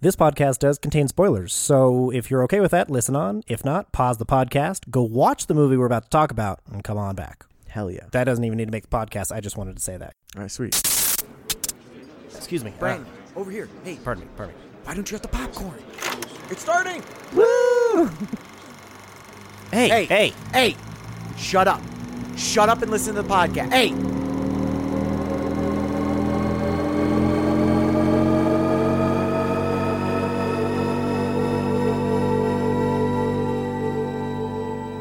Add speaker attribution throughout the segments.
Speaker 1: This podcast does contain spoilers, so if you're okay with that, listen on. If not, pause the podcast, go watch the movie we're about to talk about, and come on back.
Speaker 2: Hell yeah.
Speaker 1: That doesn't even need to make the podcast. I just wanted to say that.
Speaker 2: All right, sweet.
Speaker 1: Excuse me.
Speaker 3: Brian,
Speaker 1: Uh,
Speaker 3: over here. Hey,
Speaker 1: pardon me. Pardon me.
Speaker 3: why don't you have the popcorn? It's starting.
Speaker 2: Woo!
Speaker 1: Hey, hey,
Speaker 3: Hey, hey, shut up. Shut up and listen to the podcast. Hey.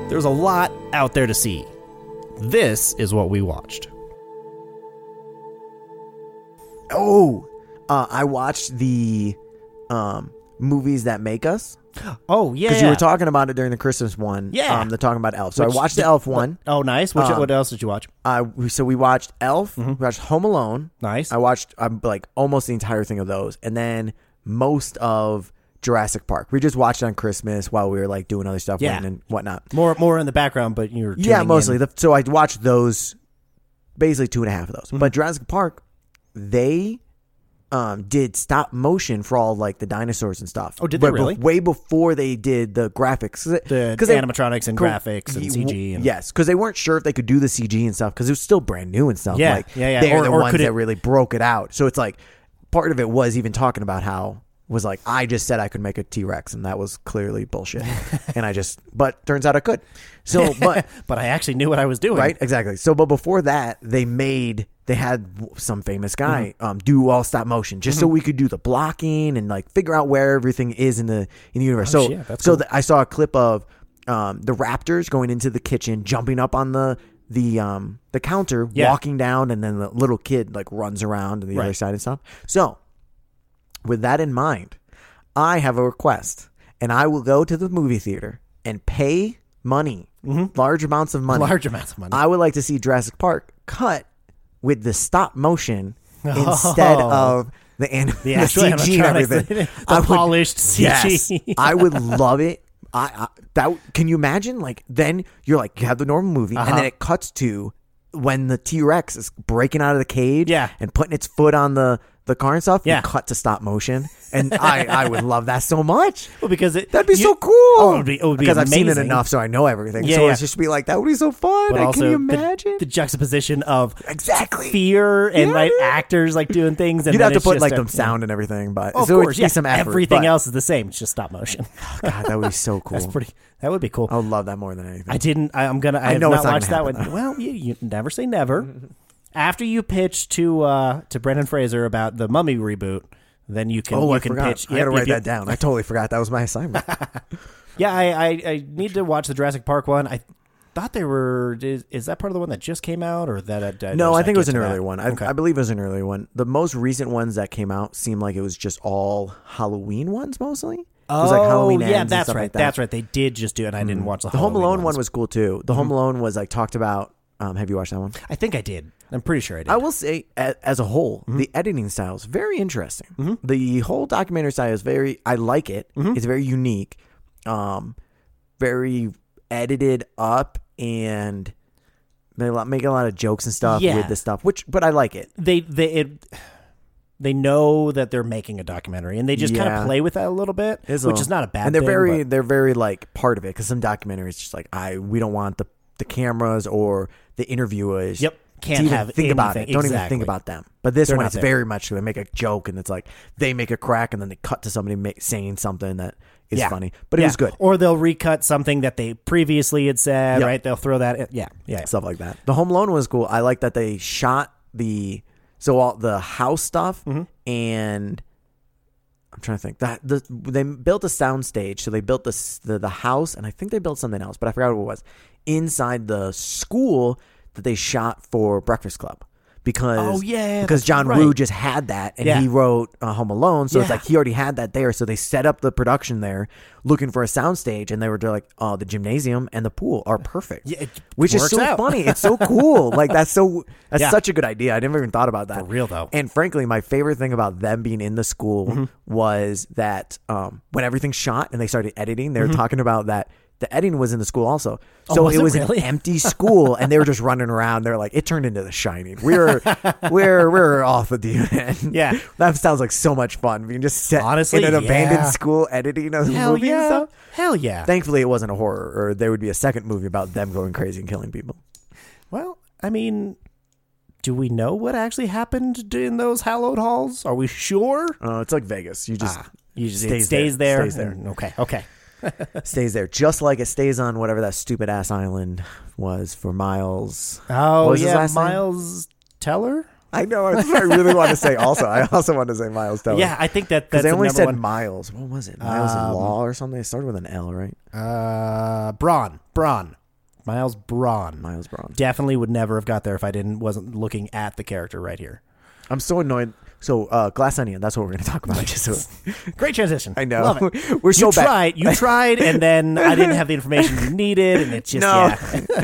Speaker 1: There's a lot out there to see. This is what we watched.
Speaker 2: Oh, uh, I watched the um, movies that make us
Speaker 1: Oh yeah,
Speaker 2: because you were talking about it during the Christmas one.
Speaker 1: Yeah.
Speaker 2: um, the talking about Elf. So
Speaker 1: Which-
Speaker 2: I watched the Elf one.
Speaker 1: Oh, nice. Which,
Speaker 2: Um,
Speaker 1: what else did you watch?
Speaker 2: Uh, we- so we watched Elf. We watched Home Alone.
Speaker 1: Nice.
Speaker 2: I watched um, like almost the entire thing of those, and then most of Jurassic Park. We just watched it on Christmas while we were like doing other stuff
Speaker 1: Yeah.
Speaker 2: winning and whatnot.
Speaker 1: More, more in the background, but you're
Speaker 2: Yeah,
Speaker 1: tuning
Speaker 2: mostly.
Speaker 1: in.
Speaker 2: The, so I watched those, basically two and a half of those.
Speaker 1: Mm-hmm.
Speaker 2: But Jurassic Park, they um, did stop motion for all like the dinosaurs and stuff.
Speaker 1: Oh, did they
Speaker 2: But bef-
Speaker 1: really?
Speaker 2: way before they did the graphics, Uh,
Speaker 1: The
Speaker 2: they-
Speaker 1: animatronics and
Speaker 2: co-
Speaker 1: graphics and
Speaker 2: y-
Speaker 1: CG and-
Speaker 2: yes, because they weren't sure if they could do the CG and stuff because it was still brand new and stuff.
Speaker 1: Yeah,
Speaker 2: like,
Speaker 1: yeah, yeah.
Speaker 2: They're
Speaker 1: Or-
Speaker 2: the
Speaker 1: or
Speaker 2: ones
Speaker 1: could it-
Speaker 2: that really broke it out. So it's like part of it was even talking about how was like I just said I could make a T Rex and that was clearly bullshit, and I just but turns out I could. So but
Speaker 1: But I actually knew what I was doing.
Speaker 2: Right, exactly. So, but before that, they made they had w- some famous guy
Speaker 1: Mm-hmm.
Speaker 2: um, do all stop motion just so we could do the blocking and like figure out where everything is in the in the universe. so,
Speaker 1: Oh, shit, that's
Speaker 2: so
Speaker 1: cool.
Speaker 2: th- I saw a clip of um, the Raptors going into the kitchen, jumping up on the the um the counter,
Speaker 1: Yeah.
Speaker 2: walking down, and then the little kid like runs around on the other
Speaker 1: Right.
Speaker 2: side and stuff. So, with that in mind, I have a request, and I will go to the movie theater and pay money,
Speaker 1: Mm-hmm.
Speaker 2: large amounts of money,
Speaker 1: Large amounts of money.
Speaker 2: I would like to see Jurassic Park cut with the stop motion instead of the, anim- the,
Speaker 1: Oh. actual
Speaker 2: CG and
Speaker 1: animatronics,
Speaker 2: everything.
Speaker 1: the- the
Speaker 2: I would-
Speaker 1: polished
Speaker 2: Yes,
Speaker 1: CG.
Speaker 2: I would love it. I, I that can you imagine? Like then you're like you have the normal movie, and
Speaker 1: Uh-huh.
Speaker 2: then it cuts to when the T Rex is breaking out of the cage,
Speaker 1: Yeah.
Speaker 2: and putting its foot on the the car and stuff.
Speaker 1: Yeah.
Speaker 2: you cut to stop motion, and I I would love that so much.
Speaker 1: Well, because it,
Speaker 2: That'd be
Speaker 1: you-
Speaker 2: so cool.
Speaker 1: Oh, it would be. It would be
Speaker 2: because I've seen it
Speaker 1: amazing.
Speaker 2: enough, so I know everything.
Speaker 1: Yeah,
Speaker 2: so
Speaker 1: yeah.
Speaker 2: it's just be like that would be so fun.
Speaker 1: But
Speaker 2: Like,
Speaker 1: also
Speaker 2: can you
Speaker 1: the-
Speaker 2: imagine?
Speaker 1: the, juxtaposition of
Speaker 2: Exactly.
Speaker 1: fear and
Speaker 2: Yeah,
Speaker 1: like
Speaker 2: dude.
Speaker 1: actors like doing things. And
Speaker 2: You'd
Speaker 1: then
Speaker 2: have to
Speaker 1: it's
Speaker 2: put
Speaker 1: just
Speaker 2: like
Speaker 1: a-
Speaker 2: the sound and everything, but
Speaker 1: Of
Speaker 2: so it'd
Speaker 1: course,
Speaker 2: be
Speaker 1: yeah.
Speaker 2: some effort.
Speaker 1: Everything
Speaker 2: but-
Speaker 1: else is the same. It's just stop motion.
Speaker 2: God, that would be so cool.
Speaker 1: That's pretty. That would be cool.
Speaker 2: I would love that more than anything.
Speaker 1: I didn't. I, I'm gonna. I, have
Speaker 2: know
Speaker 1: not
Speaker 2: it's not
Speaker 1: watched
Speaker 2: gonna
Speaker 1: that one.
Speaker 2: happen,
Speaker 1: Well, you, you never say never. After you pitch to uh, to Brendan Fraser about the Mummy reboot, then you can.
Speaker 2: oh,
Speaker 1: you
Speaker 2: I
Speaker 1: can
Speaker 2: forgot.
Speaker 1: pitch.
Speaker 2: I
Speaker 1: Yep,
Speaker 2: gotta
Speaker 1: yep,
Speaker 2: write
Speaker 1: yep.
Speaker 2: that down. I totally forgot that was my assignment.
Speaker 1: Yeah, I, I I need to watch the Jurassic Park one. I thought they were. Is, is that part of the one that just came out, or that? that- that
Speaker 2: no,
Speaker 1: does
Speaker 2: I
Speaker 1: that
Speaker 2: think it was
Speaker 1: get
Speaker 2: an
Speaker 1: to that?
Speaker 2: earlier one. I,
Speaker 1: okay.
Speaker 2: I believe it was an earlier one. The most recent ones that came out seemed like it was just all Halloween ones mostly. it was like Halloween
Speaker 1: Oh, yeah,
Speaker 2: ends and
Speaker 1: that's
Speaker 2: stuff
Speaker 1: right.
Speaker 2: like that. Mm.
Speaker 1: That's right. They did just do it. and I didn't watch the,
Speaker 2: The Home
Speaker 1: Halloween
Speaker 2: Alone
Speaker 1: ones. Mm-hmm.
Speaker 2: one was cool too. The Home Alone was like talked about. Um, have you watched that one?
Speaker 1: I think I did. I'm pretty sure I did.
Speaker 2: I will say, a- as a whole, the editing style is very interesting. The whole documentary style is very, I like it. It's very unique, um, very edited up, and they lo- make a lot of jokes and stuff
Speaker 1: Yeah.
Speaker 2: with the stuff. Which, but I like it.
Speaker 1: they they it, they know that they're making a documentary, and they just kind of
Speaker 2: Yeah.
Speaker 1: play with that a little bit,
Speaker 2: It's
Speaker 1: which
Speaker 2: all-
Speaker 1: is not a bad.
Speaker 2: And they're
Speaker 1: thing,
Speaker 2: very,
Speaker 1: but-
Speaker 2: they're very like part of it because some documentaries just like I, we don't want the the cameras or the interviewers.
Speaker 1: Yep. Can't
Speaker 2: to even
Speaker 1: have
Speaker 2: think about it.
Speaker 1: anything.
Speaker 2: Don't even
Speaker 1: Exactly.
Speaker 2: think about them. But this
Speaker 1: They're
Speaker 2: one,
Speaker 1: not
Speaker 2: it's
Speaker 1: there.
Speaker 2: very much they make a joke and it's like they make a crack and then they cut to somebody ma- saying something that is
Speaker 1: Yeah.
Speaker 2: funny. But it
Speaker 1: yeah.
Speaker 2: was good.
Speaker 1: Or they'll recut something that they previously had said.
Speaker 2: Yep.
Speaker 1: Right? They'll throw that. In. Yeah, yeah.
Speaker 2: Stuff like that. The Home Alone was cool. I like that they shot the so all the house stuff
Speaker 1: Mm-hmm.
Speaker 2: and I'm trying to think that the they built a sound stage. So they built this the the house and I think they built something else, but I forgot what it was inside the school that they shot for Breakfast Club. Because
Speaker 1: Oh, yeah,
Speaker 2: because
Speaker 1: that's
Speaker 2: John Woo
Speaker 1: right.
Speaker 2: just had that and
Speaker 1: Yeah.
Speaker 2: he wrote uh, Home Alone, so it's
Speaker 1: Yeah.
Speaker 2: like he already had that there. So they set up the production there, looking for a soundstage, and they were like, "Oh, the gymnasium and the pool are perfect."
Speaker 1: Yeah, it
Speaker 2: which is
Speaker 1: works
Speaker 2: so
Speaker 1: out.
Speaker 2: funny. It's so cool. like that's so that's
Speaker 1: Yeah.
Speaker 2: such a good idea. I never even thought about that.
Speaker 1: For real, though. Mm-hmm.
Speaker 2: And frankly, my favorite thing about them being in the school was that um, when everything's shot and they started editing, they were talking about that. The editing was in the school also.
Speaker 1: Mm-hmm. Oh,
Speaker 2: So
Speaker 1: was
Speaker 2: it
Speaker 1: it
Speaker 2: was
Speaker 1: really?
Speaker 2: an empty school and they were just running around. They're like, it turned into the shining. We're we're we're off the deep end.
Speaker 1: Yeah.
Speaker 2: That sounds like so much fun. We can just sit
Speaker 1: Honestly,
Speaker 2: in an
Speaker 1: yeah.
Speaker 2: abandoned school editing a
Speaker 1: Hell
Speaker 2: movie and
Speaker 1: yeah.
Speaker 2: stuff.
Speaker 1: Hell yeah.
Speaker 2: Thankfully it wasn't a horror, or there would be a second movie about them going crazy and killing people.
Speaker 1: Well, I mean, do we know what actually happened d- in those hallowed halls? Are we sure?
Speaker 2: Uh, it's like Vegas. You just
Speaker 1: You just,
Speaker 2: Stays
Speaker 1: it stays
Speaker 2: there.
Speaker 1: there.
Speaker 2: Stays there.
Speaker 1: and- okay. Okay.
Speaker 2: stays there, just like it stays on whatever that stupid ass island was for Miles.
Speaker 1: Oh
Speaker 2: What was his
Speaker 1: yeah,
Speaker 2: last name?
Speaker 1: Miles Teller.
Speaker 2: I know. That's what I really want to say. Also, I also want to say Miles Teller.
Speaker 1: Yeah, I think that
Speaker 2: because
Speaker 1: that's
Speaker 2: Oh.
Speaker 1: the
Speaker 2: they only
Speaker 1: number
Speaker 2: said
Speaker 1: one. Um,
Speaker 2: Miles. What was it? Miles in Law or something. It started with an L, right?
Speaker 1: Uh, Braun. Braun. Miles Braun.
Speaker 2: Miles Braun.
Speaker 1: Definitely would never have got there if I didn't wasn't looking at the character right here.
Speaker 2: I'm so annoyed. So, uh, Glass Onion. That's what we're going to talk about. Just so,
Speaker 1: Great transition.
Speaker 2: I know.
Speaker 1: Love it.
Speaker 2: We're so
Speaker 1: you
Speaker 2: bad.
Speaker 1: tried. You tried, and then I didn't have the information you needed, and it just
Speaker 2: No,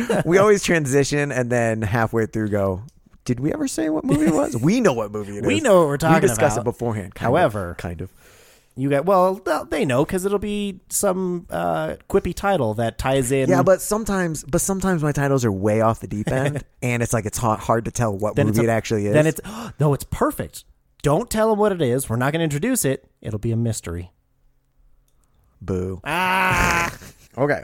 Speaker 1: yeah.
Speaker 2: we always transition and then halfway through go. Did we ever say what movie it was? We know what movie it is.
Speaker 1: We know what we're talking
Speaker 2: We discuss
Speaker 1: about.
Speaker 2: it beforehand. kind of,
Speaker 1: However-
Speaker 2: kind of.
Speaker 1: You got well. th- They know because it'll be some uh, quippy title that ties in.
Speaker 2: Yeah, but sometimes, but sometimes my titles are way off the deep end, and it's like it's hard, hard to tell what
Speaker 1: then
Speaker 2: movie
Speaker 1: it's
Speaker 2: it
Speaker 1: a-
Speaker 2: actually is.
Speaker 1: Then it's no, it's perfect. Don't tell them what it is. We're not going to introduce it. It'll be a mystery.
Speaker 2: boo.
Speaker 1: Ah,
Speaker 2: Okay,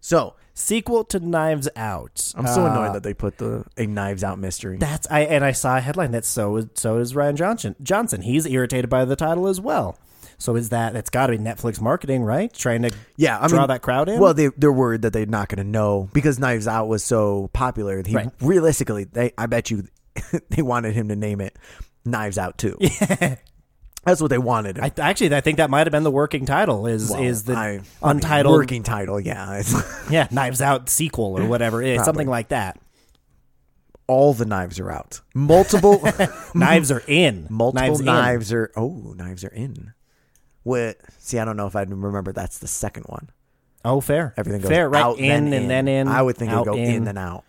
Speaker 2: so
Speaker 1: sequel to Knives Out.
Speaker 2: I'm so
Speaker 1: Uh,
Speaker 2: annoyed that they put the a Knives Out mystery.
Speaker 1: That's I and I saw a headline that so is so is Ryan Johnson. Johnson, he's irritated by the title as well. So is that that's got to be Netflix marketing, right? Trying to
Speaker 2: yeah, I
Speaker 1: draw
Speaker 2: mean,
Speaker 1: that crowd in.
Speaker 2: Well, they they're worried that they're not going to know because Knives Out was so popular. He,
Speaker 1: Right.
Speaker 2: Realistically, they I bet you they wanted him to name it Knives Out too. That's what they wanted. him.
Speaker 1: I, actually, I think that might have been the working title is
Speaker 2: Well,
Speaker 1: is the
Speaker 2: I- I mean,
Speaker 1: untitled
Speaker 2: working title? Yeah, it's
Speaker 1: yeah Knives Out sequel or whatever it is, something like that.
Speaker 2: all the knives are out. Multiple.
Speaker 1: Knives are in.
Speaker 2: Multiple
Speaker 1: knives.
Speaker 2: knives,
Speaker 1: in.
Speaker 2: are oh, knives are in. What? See, I don't know if I remember. That's the second one.
Speaker 1: Oh, fair.
Speaker 2: Everything goes
Speaker 1: fair, right?
Speaker 2: out
Speaker 1: in
Speaker 2: then
Speaker 1: and then in.
Speaker 2: I would think it
Speaker 1: out,
Speaker 2: would go in. and out.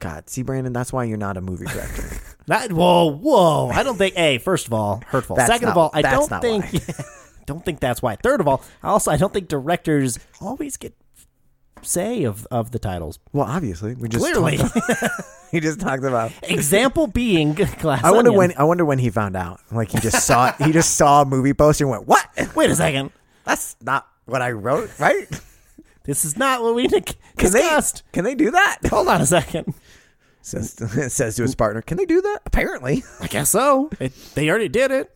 Speaker 2: God, see, Brandon, that's why you're not a movie director.
Speaker 1: That, whoa, whoa! I don't think. A first of all, hurtful.
Speaker 2: That's
Speaker 1: Second of
Speaker 2: not-
Speaker 1: all, I
Speaker 2: that's
Speaker 1: don't
Speaker 2: not
Speaker 1: think. don't think that's why. Third of all, also I don't think directors always get say of of the titles.
Speaker 2: well, obviously, we just
Speaker 1: Clearly,
Speaker 2: talked- he just talked about.
Speaker 1: example being glass.
Speaker 2: I wonder
Speaker 1: Onion.
Speaker 2: when. I wonder when he found out. Like he just saw. he just saw a movie poster and went, "What?
Speaker 1: Wait a second.
Speaker 2: That's not what I wrote, right?"
Speaker 1: This is not what we nic-
Speaker 2: Can they?
Speaker 1: discussed.
Speaker 2: Can they do that?
Speaker 1: Hold on a second.
Speaker 2: Says says to his partner, "Can they do that?" Apparently,
Speaker 1: I guess so. It, they already did it.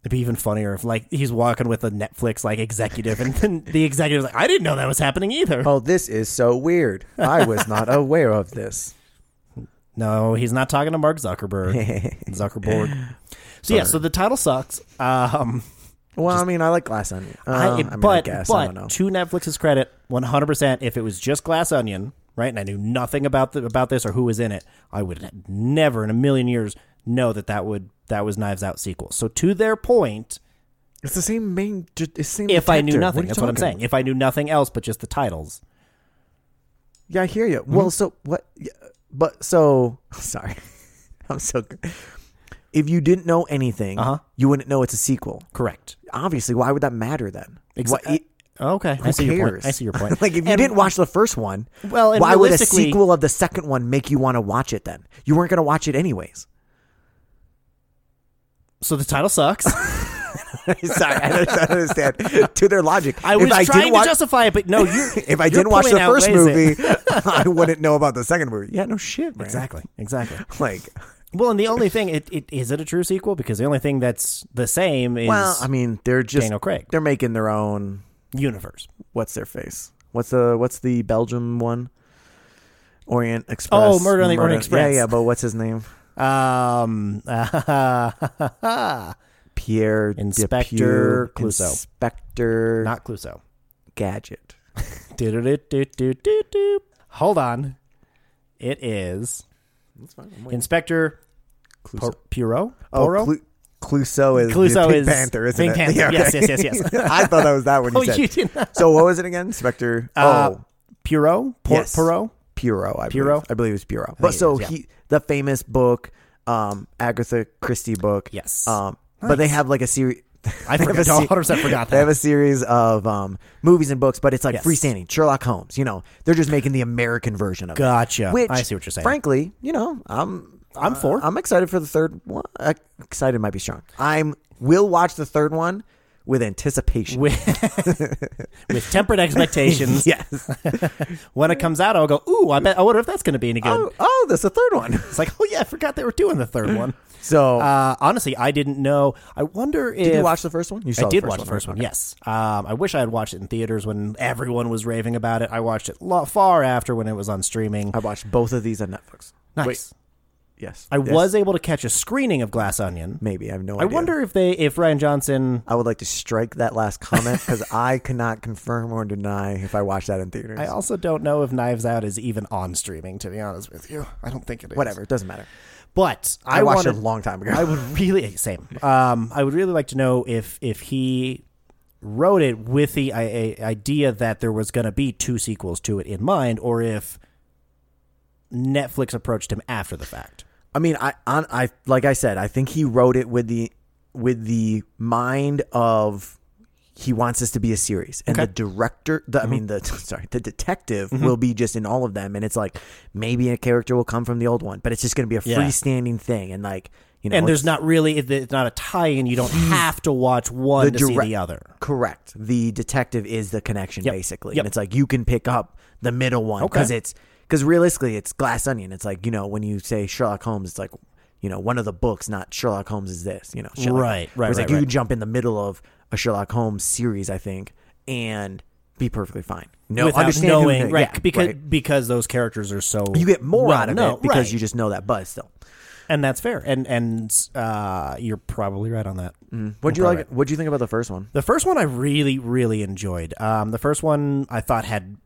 Speaker 1: It'd be even funnier if like he's walking with a Netflix like executive, and then the executive's like, "I didn't know that was happening either."
Speaker 2: Oh, this is so weird. I was not aware of this.
Speaker 1: No, he's not talking to Mark Zuckerberg. Zuckerberg. So yeah, so the title sucks. Um,
Speaker 2: Well, I mean, I like Glass Onion. Uh,
Speaker 1: I,
Speaker 2: I, mean,
Speaker 1: but
Speaker 2: I guess
Speaker 1: but
Speaker 2: I don't know.
Speaker 1: to Netflix's credit, one hundred percent. If it was just Glass Onion, right, and I knew nothing about the, about this or who was in it, I would never in a million years know that that would that was Knives Out sequel. So to their point,
Speaker 2: It's the same main. ju- It's the same.
Speaker 1: if I knew
Speaker 2: detective.
Speaker 1: nothing,
Speaker 2: are you
Speaker 1: that's what I'm
Speaker 2: talking
Speaker 1: saying. If I knew nothing else but just the titles,
Speaker 2: about? Yeah, I hear you.
Speaker 1: Mm-hmm.
Speaker 2: Well, so what? yeah, But so sorry, I'm so. good. If you didn't know anything,
Speaker 1: Uh-huh.
Speaker 2: you wouldn't know it's a sequel.
Speaker 1: correct.
Speaker 2: Obviously, why would that matter then?
Speaker 1: Exact-
Speaker 2: Why- it-
Speaker 1: oh, Okay, I see your point.
Speaker 2: cares?
Speaker 1: I see your point.
Speaker 2: like, if you
Speaker 1: And-
Speaker 2: didn't watch the first one,
Speaker 1: Well, and
Speaker 2: why would a
Speaker 1: realistically-
Speaker 2: sequel of the second one make you want to watch it? Then you weren't going to watch it anyways.
Speaker 1: so the title sucks.
Speaker 2: Sorry, I don't, I don't understand. to their logic,
Speaker 1: I
Speaker 2: If
Speaker 1: was
Speaker 2: did
Speaker 1: trying to
Speaker 2: watch-
Speaker 1: justify it, but no, you.
Speaker 2: if I
Speaker 1: your
Speaker 2: didn't watch
Speaker 1: point
Speaker 2: the first
Speaker 1: outweighs it.
Speaker 2: movie, I wouldn't know about the second movie. Yeah, no shit, man.
Speaker 1: Exactly. Exactly.
Speaker 2: Like,
Speaker 1: Well, and the only thing it, it is it a true sequel because the only thing that's the same is
Speaker 2: well, I mean, they're just
Speaker 1: Daniel Craig.
Speaker 2: They're making their own.
Speaker 1: universe.
Speaker 2: What's their face? What's the What's the Belgium one? Orient Express.
Speaker 1: Oh, Murder on the Orient Express.
Speaker 2: Yeah, yeah, but what's his name?
Speaker 1: Um,
Speaker 2: Pierre
Speaker 1: Inspector
Speaker 2: Depew,
Speaker 1: Clouseau.
Speaker 2: Inspector
Speaker 1: not Cluso.
Speaker 2: Gadget.
Speaker 1: Hold on, it is Inspector Puro. Puro.
Speaker 2: Oh, Clu- Clouseau is
Speaker 1: Clouseau
Speaker 2: the Pink
Speaker 1: is
Speaker 2: Panther, isn't
Speaker 1: Pink
Speaker 2: it?
Speaker 1: Panther.
Speaker 2: okay.
Speaker 1: Yes, yes, yes, yes.
Speaker 2: I thought that was that one. You
Speaker 1: Oh,
Speaker 2: said.
Speaker 1: you did not.
Speaker 2: So what was it again? Inspector.
Speaker 1: Uh,
Speaker 2: oh,
Speaker 1: Puro. Por-
Speaker 2: Yes.
Speaker 1: Puro.
Speaker 2: Puro, I
Speaker 1: Puro?
Speaker 2: believe. I believe it's Puro. But
Speaker 1: it
Speaker 2: so
Speaker 1: is, yeah.
Speaker 2: he the famous book, um, Agatha Christie book.
Speaker 1: Yes.
Speaker 2: Um, but they have like a series.
Speaker 1: I
Speaker 2: They have a
Speaker 1: forgot.
Speaker 2: se-
Speaker 1: 100 forgot
Speaker 2: They have
Speaker 1: that.
Speaker 2: a series of um, movies and books, but it's like
Speaker 1: Yes.
Speaker 2: freestanding Sherlock Holmes. You know, they're just making the American version of
Speaker 1: Gotcha.
Speaker 2: it. Which,
Speaker 1: I see what you're saying.
Speaker 2: Frankly, you know, I'm uh,
Speaker 1: I'm for it.
Speaker 2: I'm excited for the third one. Uh, excited might be strong. I'm will watch the third one with anticipation.
Speaker 1: with, with tempered expectations.
Speaker 2: yes.
Speaker 1: When it comes out, I'll go, ooh, I bet. I wonder if that's going to be any good.
Speaker 2: oh, oh, there's a third one.
Speaker 1: It's like, oh yeah, I forgot they were doing the third one.
Speaker 2: So
Speaker 1: Uh, honestly, I didn't know. I wonder if
Speaker 2: did you watch the first one? You saw
Speaker 1: I did
Speaker 2: the first
Speaker 1: watch
Speaker 2: one,
Speaker 1: the first
Speaker 2: right?
Speaker 1: one. Yes. Um, I wish I had watched it in theaters when everyone was raving about it. I watched it lo- far after when it was on streaming.
Speaker 2: I watched both of these on Netflix.
Speaker 1: nice.
Speaker 2: Yes,
Speaker 1: I
Speaker 2: Yes.
Speaker 1: was able to catch a screening of Glass Onion.
Speaker 2: maybe I have no.
Speaker 1: I wonder if they, if Ryan Johnson.
Speaker 2: I would like to strike that last comment because I cannot confirm or deny if I watched that in theaters.
Speaker 1: I also don't know if Knives Out is even on streaming. To be honest with you, I don't think it is.
Speaker 2: Whatever, it doesn't matter.
Speaker 1: But I,
Speaker 2: I, watched
Speaker 1: wanted,
Speaker 2: it a long time ago.
Speaker 1: I would really same. Um, I would really like to know if if he wrote it with the I- I- idea that there was going to be two sequels to it in mind, or if Netflix approached him after the fact.
Speaker 2: I mean, I on I like I said, I think he wrote it with the with the mind of he wants this to be a series, and the director, the, I mean, the sorry, the detective will be just in all of them, and it's like maybe a character will come from the old one, but it's just going to be a
Speaker 1: Yeah.
Speaker 2: freestanding thing, and like you know,
Speaker 1: And
Speaker 2: it's-
Speaker 1: there's not really it- it's not a tie-in. You don't have to watch one
Speaker 2: Hmm. The
Speaker 1: to see
Speaker 2: direct-
Speaker 1: the other.
Speaker 2: Correct. The detective is the connection, basically,
Speaker 1: Yep.
Speaker 2: and it's like you can pick up the middle one
Speaker 1: Okay.
Speaker 2: because it's because realistically, it's glass onion. It's like you know when you say Sherlock Holmes, it's like you know one of the books, not Sherlock Holmes is this. You know, Sherlock.
Speaker 1: Right, right,
Speaker 2: Whereas,
Speaker 1: right,
Speaker 2: like you
Speaker 1: right.
Speaker 2: could jump in the middle of a Sherlock Holmes series, I think, and be perfectly fine. No,
Speaker 1: without
Speaker 2: understand who-
Speaker 1: knowing, right?
Speaker 2: yeah,
Speaker 1: because
Speaker 2: right.
Speaker 1: because those characters are so
Speaker 2: you get more
Speaker 1: well
Speaker 2: out of
Speaker 1: known,
Speaker 2: it because
Speaker 1: right.
Speaker 2: you just know that buzz still.
Speaker 1: and that's fair. And and uh, you're probably right on that.
Speaker 2: What'd you
Speaker 1: You're
Speaker 2: like?
Speaker 1: probably Mm-hmm. right.
Speaker 2: What'd you think about the first one?
Speaker 1: The first one I really, really enjoyed. Um, the first one I thought had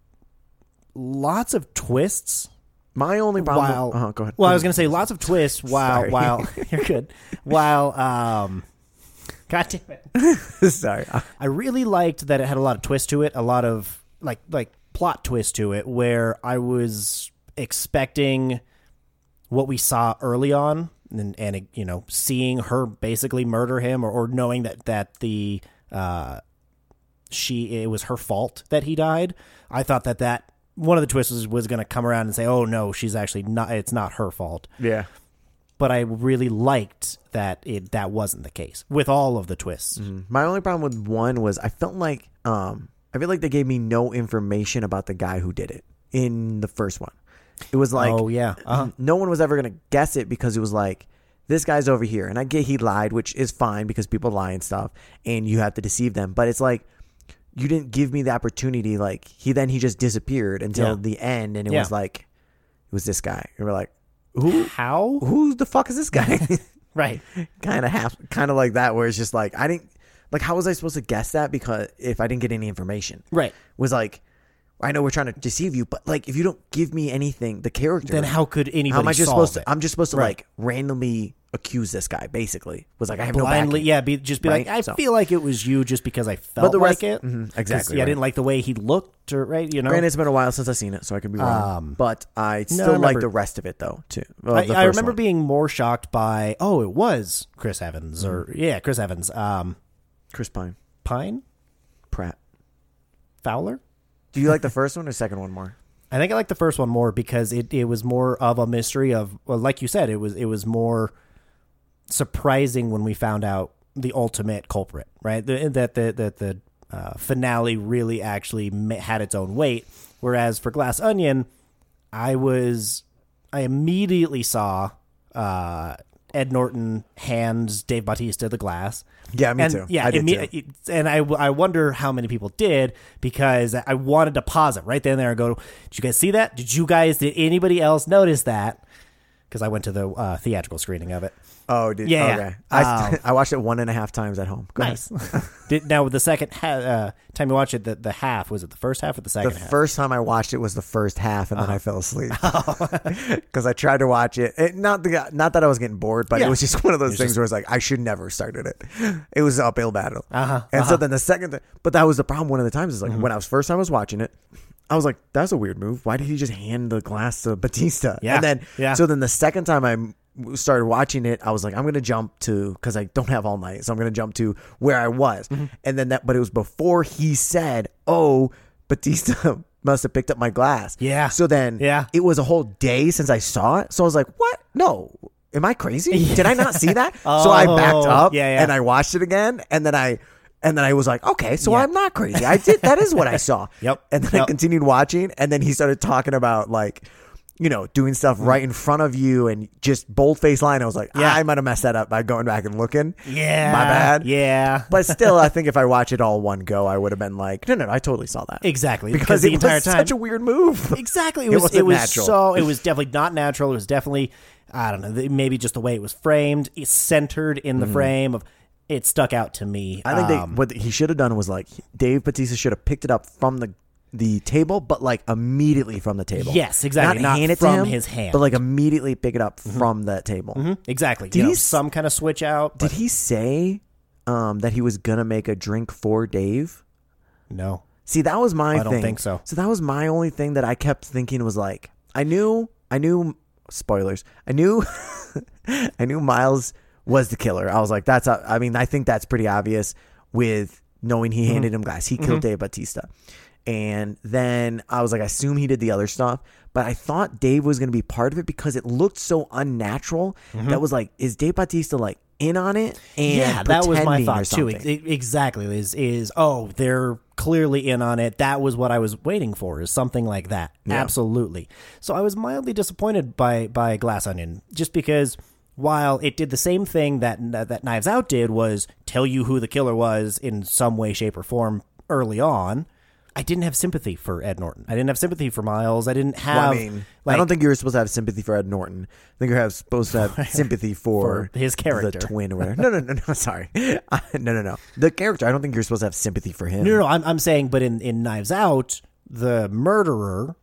Speaker 1: lots of twists.
Speaker 2: My only problem.
Speaker 1: while
Speaker 2: uh go ahead.
Speaker 1: Well, I was going to say lots of twists while
Speaker 2: Sorry.
Speaker 1: while you're good. While um, God damn it,
Speaker 2: sorry.
Speaker 1: I really liked that it had a lot of twist to it, a lot of like like plot twist to it, where I was expecting what we saw early on, and and you know, seeing her basically murder him, or, or knowing that that the uh, she it was her fault that he died. I thought that that one of the twists was, was going to come around and say, "Oh no, she's actually not. It's not her fault."
Speaker 2: Yeah.
Speaker 1: But I really liked that it that wasn't the case with all of the twists.
Speaker 2: My only problem with one was I felt like um I feel like they gave me no information about the guy who did it in the first one. It was like
Speaker 1: oh yeah, uh-huh.
Speaker 2: no one was ever gonna guess it because it was like this guy's over here, and I get he lied, which is fine because people lie and stuff, and you have to deceive them. But it's like you didn't give me the opportunity. Like he then he just disappeared until
Speaker 1: Yeah.
Speaker 2: the end, and it
Speaker 1: Yeah.
Speaker 2: was like it was this guy, and we're like, who?
Speaker 1: how?
Speaker 2: Who the fuck is this guy?
Speaker 1: Uh-huh. Right.
Speaker 2: kind of half kind of like that where it's just like i didn't like how was i supposed to guess that because if i didn't get any information
Speaker 1: Right.
Speaker 2: was like i know we're trying to deceive you but like if you don't give me anything the character
Speaker 1: Then how could anybody
Speaker 2: how am i just
Speaker 1: solve
Speaker 2: supposed
Speaker 1: it?
Speaker 2: to i'm just supposed to
Speaker 1: Right.
Speaker 2: like randomly accuse this guy basically was like i have
Speaker 1: blindly,
Speaker 2: no backing.
Speaker 1: yeah, be, just be like,
Speaker 2: Right?
Speaker 1: I
Speaker 2: So-
Speaker 1: feel like it was you just because I felt
Speaker 2: the rest-
Speaker 1: like it.
Speaker 2: Mhm,
Speaker 1: 'Cause,
Speaker 2: exactly,
Speaker 1: Yeah,
Speaker 2: right.
Speaker 1: I didn't like the way he looked, or right, you know.
Speaker 2: Granted, it's been a while since I've seen it, so I could be wrong. but I still like
Speaker 1: Um, remember-
Speaker 2: the rest of it, though. Too.
Speaker 1: I, I remember being more shocked by, oh, it was Chris Evans, or
Speaker 2: Mm-hmm.
Speaker 1: yeah, Chris Evans, um,
Speaker 2: Chris Pine
Speaker 1: Pine
Speaker 2: Pratt.
Speaker 1: Fowler.
Speaker 2: Do you like the first one or second one more?
Speaker 1: I think I like the first one more because it, it was more of a mystery of, well, like you said, it was it was more surprising when we found out the ultimate culprit, right? The, that the that the uh, finale really actually ma- had its own weight. Whereas for Glass Onion, I was I immediately saw uh, Ed Norton hands Dave Bautista the glass.
Speaker 2: Yeah, me
Speaker 1: and, uh,
Speaker 2: too.
Speaker 1: Yeah,
Speaker 2: I did
Speaker 1: imme-
Speaker 2: too.
Speaker 1: it- and I, I wonder how many people did because I wanted to pause it right then and there and go, did you guys see that? Did you guys, did anybody else notice that? Because I went to the uh, theatrical screening of it.
Speaker 2: Oh, dude.
Speaker 1: Yeah, Um,
Speaker 2: Okay.
Speaker 1: yeah.
Speaker 2: I, I watched it one and a half times at home. Go ahead.
Speaker 1: did, now, the second ha- uh, time you watched it, the, the half, was it the first half or the second
Speaker 2: The
Speaker 1: half? Uh-huh.
Speaker 2: first time I watched it was the first half, and then I fell asleep
Speaker 1: Oh.
Speaker 2: because I tried to watch it. it not the not that I was getting bored, but
Speaker 1: Yeah.
Speaker 2: it was just one of those things where it's like I should never started it. It was uphill battle,
Speaker 1: Uh-huh, Mm-hmm.
Speaker 2: and so then the second, th- but that was the problem. One of the times is like when I was first time I was watching it, I was like, "That's a weird move. Why did he just hand the glass to Batista?"
Speaker 1: Yeah,
Speaker 2: and then
Speaker 1: yeah.
Speaker 2: so then the second time I started watching it, I was like, I'm gonna jump to because I don't have all night, so I'm gonna jump to where I was.
Speaker 1: Mm-hmm.
Speaker 2: And then that, but it was before he said, "Oh, Batista must have picked up my glass."
Speaker 1: Yeah.
Speaker 2: So then,
Speaker 1: Yeah.
Speaker 2: it was a whole day since I saw it. So I was like, "What? No." Am I crazy? Did I not see that? so I backed
Speaker 1: Oh,
Speaker 2: up
Speaker 1: yeah, yeah.
Speaker 2: and I watched it again and then I and then I was like, okay, so
Speaker 1: Yeah.
Speaker 2: I'm not crazy. I did that is what I saw.
Speaker 1: Yep.
Speaker 2: And then I
Speaker 1: Yep.
Speaker 2: continued watching and then he started talking about like you know, doing stuff right in front of you and just bold face line. I was like,
Speaker 1: Mm-hmm. Yeah.
Speaker 2: I might have messed that up by going back and looking.
Speaker 1: Yeah.
Speaker 2: My bad.
Speaker 1: Yeah.
Speaker 2: But still, I think if I watch it all one go, I would have been like, no, no, no I totally saw that.
Speaker 1: Exactly.
Speaker 2: Because,
Speaker 1: Because
Speaker 2: it
Speaker 1: the entire
Speaker 2: was
Speaker 1: time-
Speaker 2: such a weird move.
Speaker 1: Exactly.
Speaker 2: It
Speaker 1: It was. It,
Speaker 2: wasn't
Speaker 1: was
Speaker 2: natural.
Speaker 1: so. It was definitely not natural. It was definitely. I don't know. th- Maybe just the way it was framed, it's centered in the frame of. It stuck out to me.
Speaker 2: Mm-hmm. I think
Speaker 1: Um,
Speaker 2: they, what he should have done was like Dave Batista should have picked it up from the the table, but like immediately from the table.
Speaker 1: Yes, exactly. Not
Speaker 2: hand it to
Speaker 1: from
Speaker 2: him,
Speaker 1: his hand. Mm-hmm.
Speaker 2: but like immediately pick it up from that table.
Speaker 1: exactly.
Speaker 2: he
Speaker 1: you know,
Speaker 2: s-
Speaker 1: some kind of switch out?
Speaker 2: Did he say um, that he was gonna make a drink for Dave?
Speaker 1: no.
Speaker 2: See, that was
Speaker 1: I
Speaker 2: my thing.
Speaker 1: don't think so.
Speaker 2: So that was my only thing that I kept thinking was like, I knew, I knew, spoilers. I knew, I knew Miles was the killer. I was like, that's, a, I mean, I think that's pretty obvious with knowing
Speaker 1: Mm-hmm.
Speaker 2: he handed him glass. He killed Dave Batista. And then I was like, I assume he did the other stuff, but I thought Dave was going to be part of it because it looked so unnatural. That was like, is Dave Batista like in on it? And
Speaker 1: Mm-hmm. yeah, that was my
Speaker 2: pretending or
Speaker 1: thought too.
Speaker 2: something?
Speaker 1: Ex- ex- exactly. Is is oh, they're clearly in on it. That was what I was waiting for. Is something like that. Absolutely. So I was mildly disappointed by by Glass Onion just because while it did the same thing that that, that Knives Out did was tell you who the killer was in some way, shape, or form early on. I didn't have sympathy for Ed Norton. I didn't have sympathy for Miles. I didn't have.
Speaker 2: Well, I mean, I
Speaker 1: like,
Speaker 2: don't think you were supposed to have sympathy for Ed Norton. I think you're have- supposed to have sympathy for,
Speaker 1: For his character.
Speaker 2: the twin, or whatever. No, no, no, no. Sorry, I, no, no, no. The character. I don't think you're supposed to have sympathy for him.
Speaker 1: No, no, no, I'm, I'm saying, but in, in Knives Out, the murderer,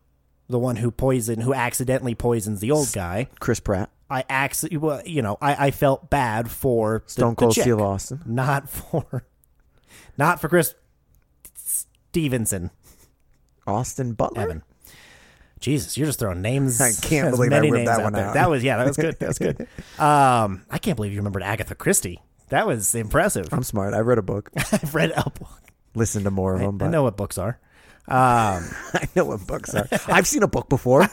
Speaker 1: the one who poison, who accidentally poisons the old guy,
Speaker 2: Chris Pratt,
Speaker 1: I accidentally, well, you know, I, I felt bad for the-
Speaker 2: Stone
Speaker 1: the
Speaker 2: Cold
Speaker 1: chick.
Speaker 2: Steve Austin.
Speaker 1: not for, not for Chris Stevenson.
Speaker 2: Austin Butler.
Speaker 1: Evan. Jesus, you're just throwing names.
Speaker 2: I can't
Speaker 1: as
Speaker 2: believe I
Speaker 1: many
Speaker 2: whipped
Speaker 1: names
Speaker 2: that
Speaker 1: out
Speaker 2: one
Speaker 1: there.
Speaker 2: out.
Speaker 1: That was yeah, that was good. That was good. Um, I can't believe you remembered Agatha Christie. That was impressive.
Speaker 2: I'm smart. I read a book.
Speaker 1: I've read a book.
Speaker 2: Listen to more of them. But
Speaker 1: I know what books are.
Speaker 2: I know what books are. I've seen a book before.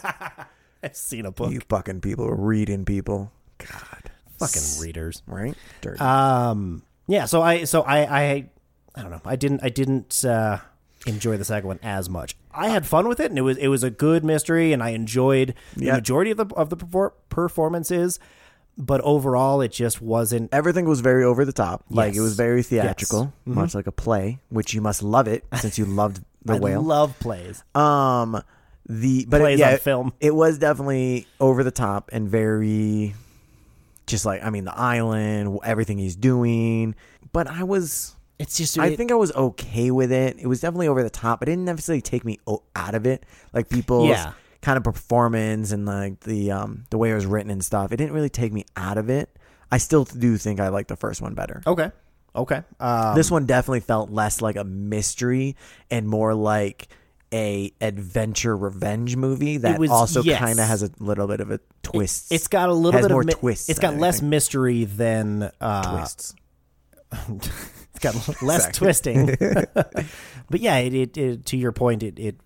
Speaker 1: I've seen a book.
Speaker 2: you fucking people reading people. God,
Speaker 1: Fucking readers.
Speaker 2: right? Dirty.
Speaker 1: Um, yeah. So I, so I, I, I don't know. I didn't, I didn't uh, enjoy the second one as much. I had fun with it, and it was, it was a good mystery, and I enjoyed the
Speaker 2: Yeah.
Speaker 1: majority of the of the perfor- performances. But overall, it just wasn't.
Speaker 2: everything was very over the top.
Speaker 1: Yes.
Speaker 2: Like it
Speaker 1: Mm-hmm.
Speaker 2: was very theatrical, much like a play, which you must love it since you loved the
Speaker 1: I
Speaker 2: whale.
Speaker 1: love plays.
Speaker 2: Um, the but
Speaker 1: Plays
Speaker 2: yeah,
Speaker 1: on
Speaker 2: it-
Speaker 1: film.
Speaker 2: It was definitely over the top and very, just like I mean, the island, everything he's doing. But I was,
Speaker 1: It's just.
Speaker 2: I
Speaker 1: it-
Speaker 2: think I was okay with it. It was definitely over the top. It didn't necessarily take me o- out of it. Like people's
Speaker 1: Yeah.
Speaker 2: kind of performance and like the um the way it was written and stuff. It didn't really take me out of it. I still do think I like the first one better.
Speaker 1: Okay. Okay. Um,
Speaker 2: This one definitely felt less like a mystery and more like a adventure revenge movie that
Speaker 1: was-
Speaker 2: also
Speaker 1: yes.
Speaker 2: kind of has a little bit of a twist.
Speaker 1: it's got a little
Speaker 2: has
Speaker 1: bit
Speaker 2: more
Speaker 1: of mi-
Speaker 2: twists.
Speaker 1: It's
Speaker 2: than
Speaker 1: got less
Speaker 2: anything.
Speaker 1: mystery than uh,
Speaker 2: twists.
Speaker 1: it's got less twisting. but yeah, it, it, it to your point, it, it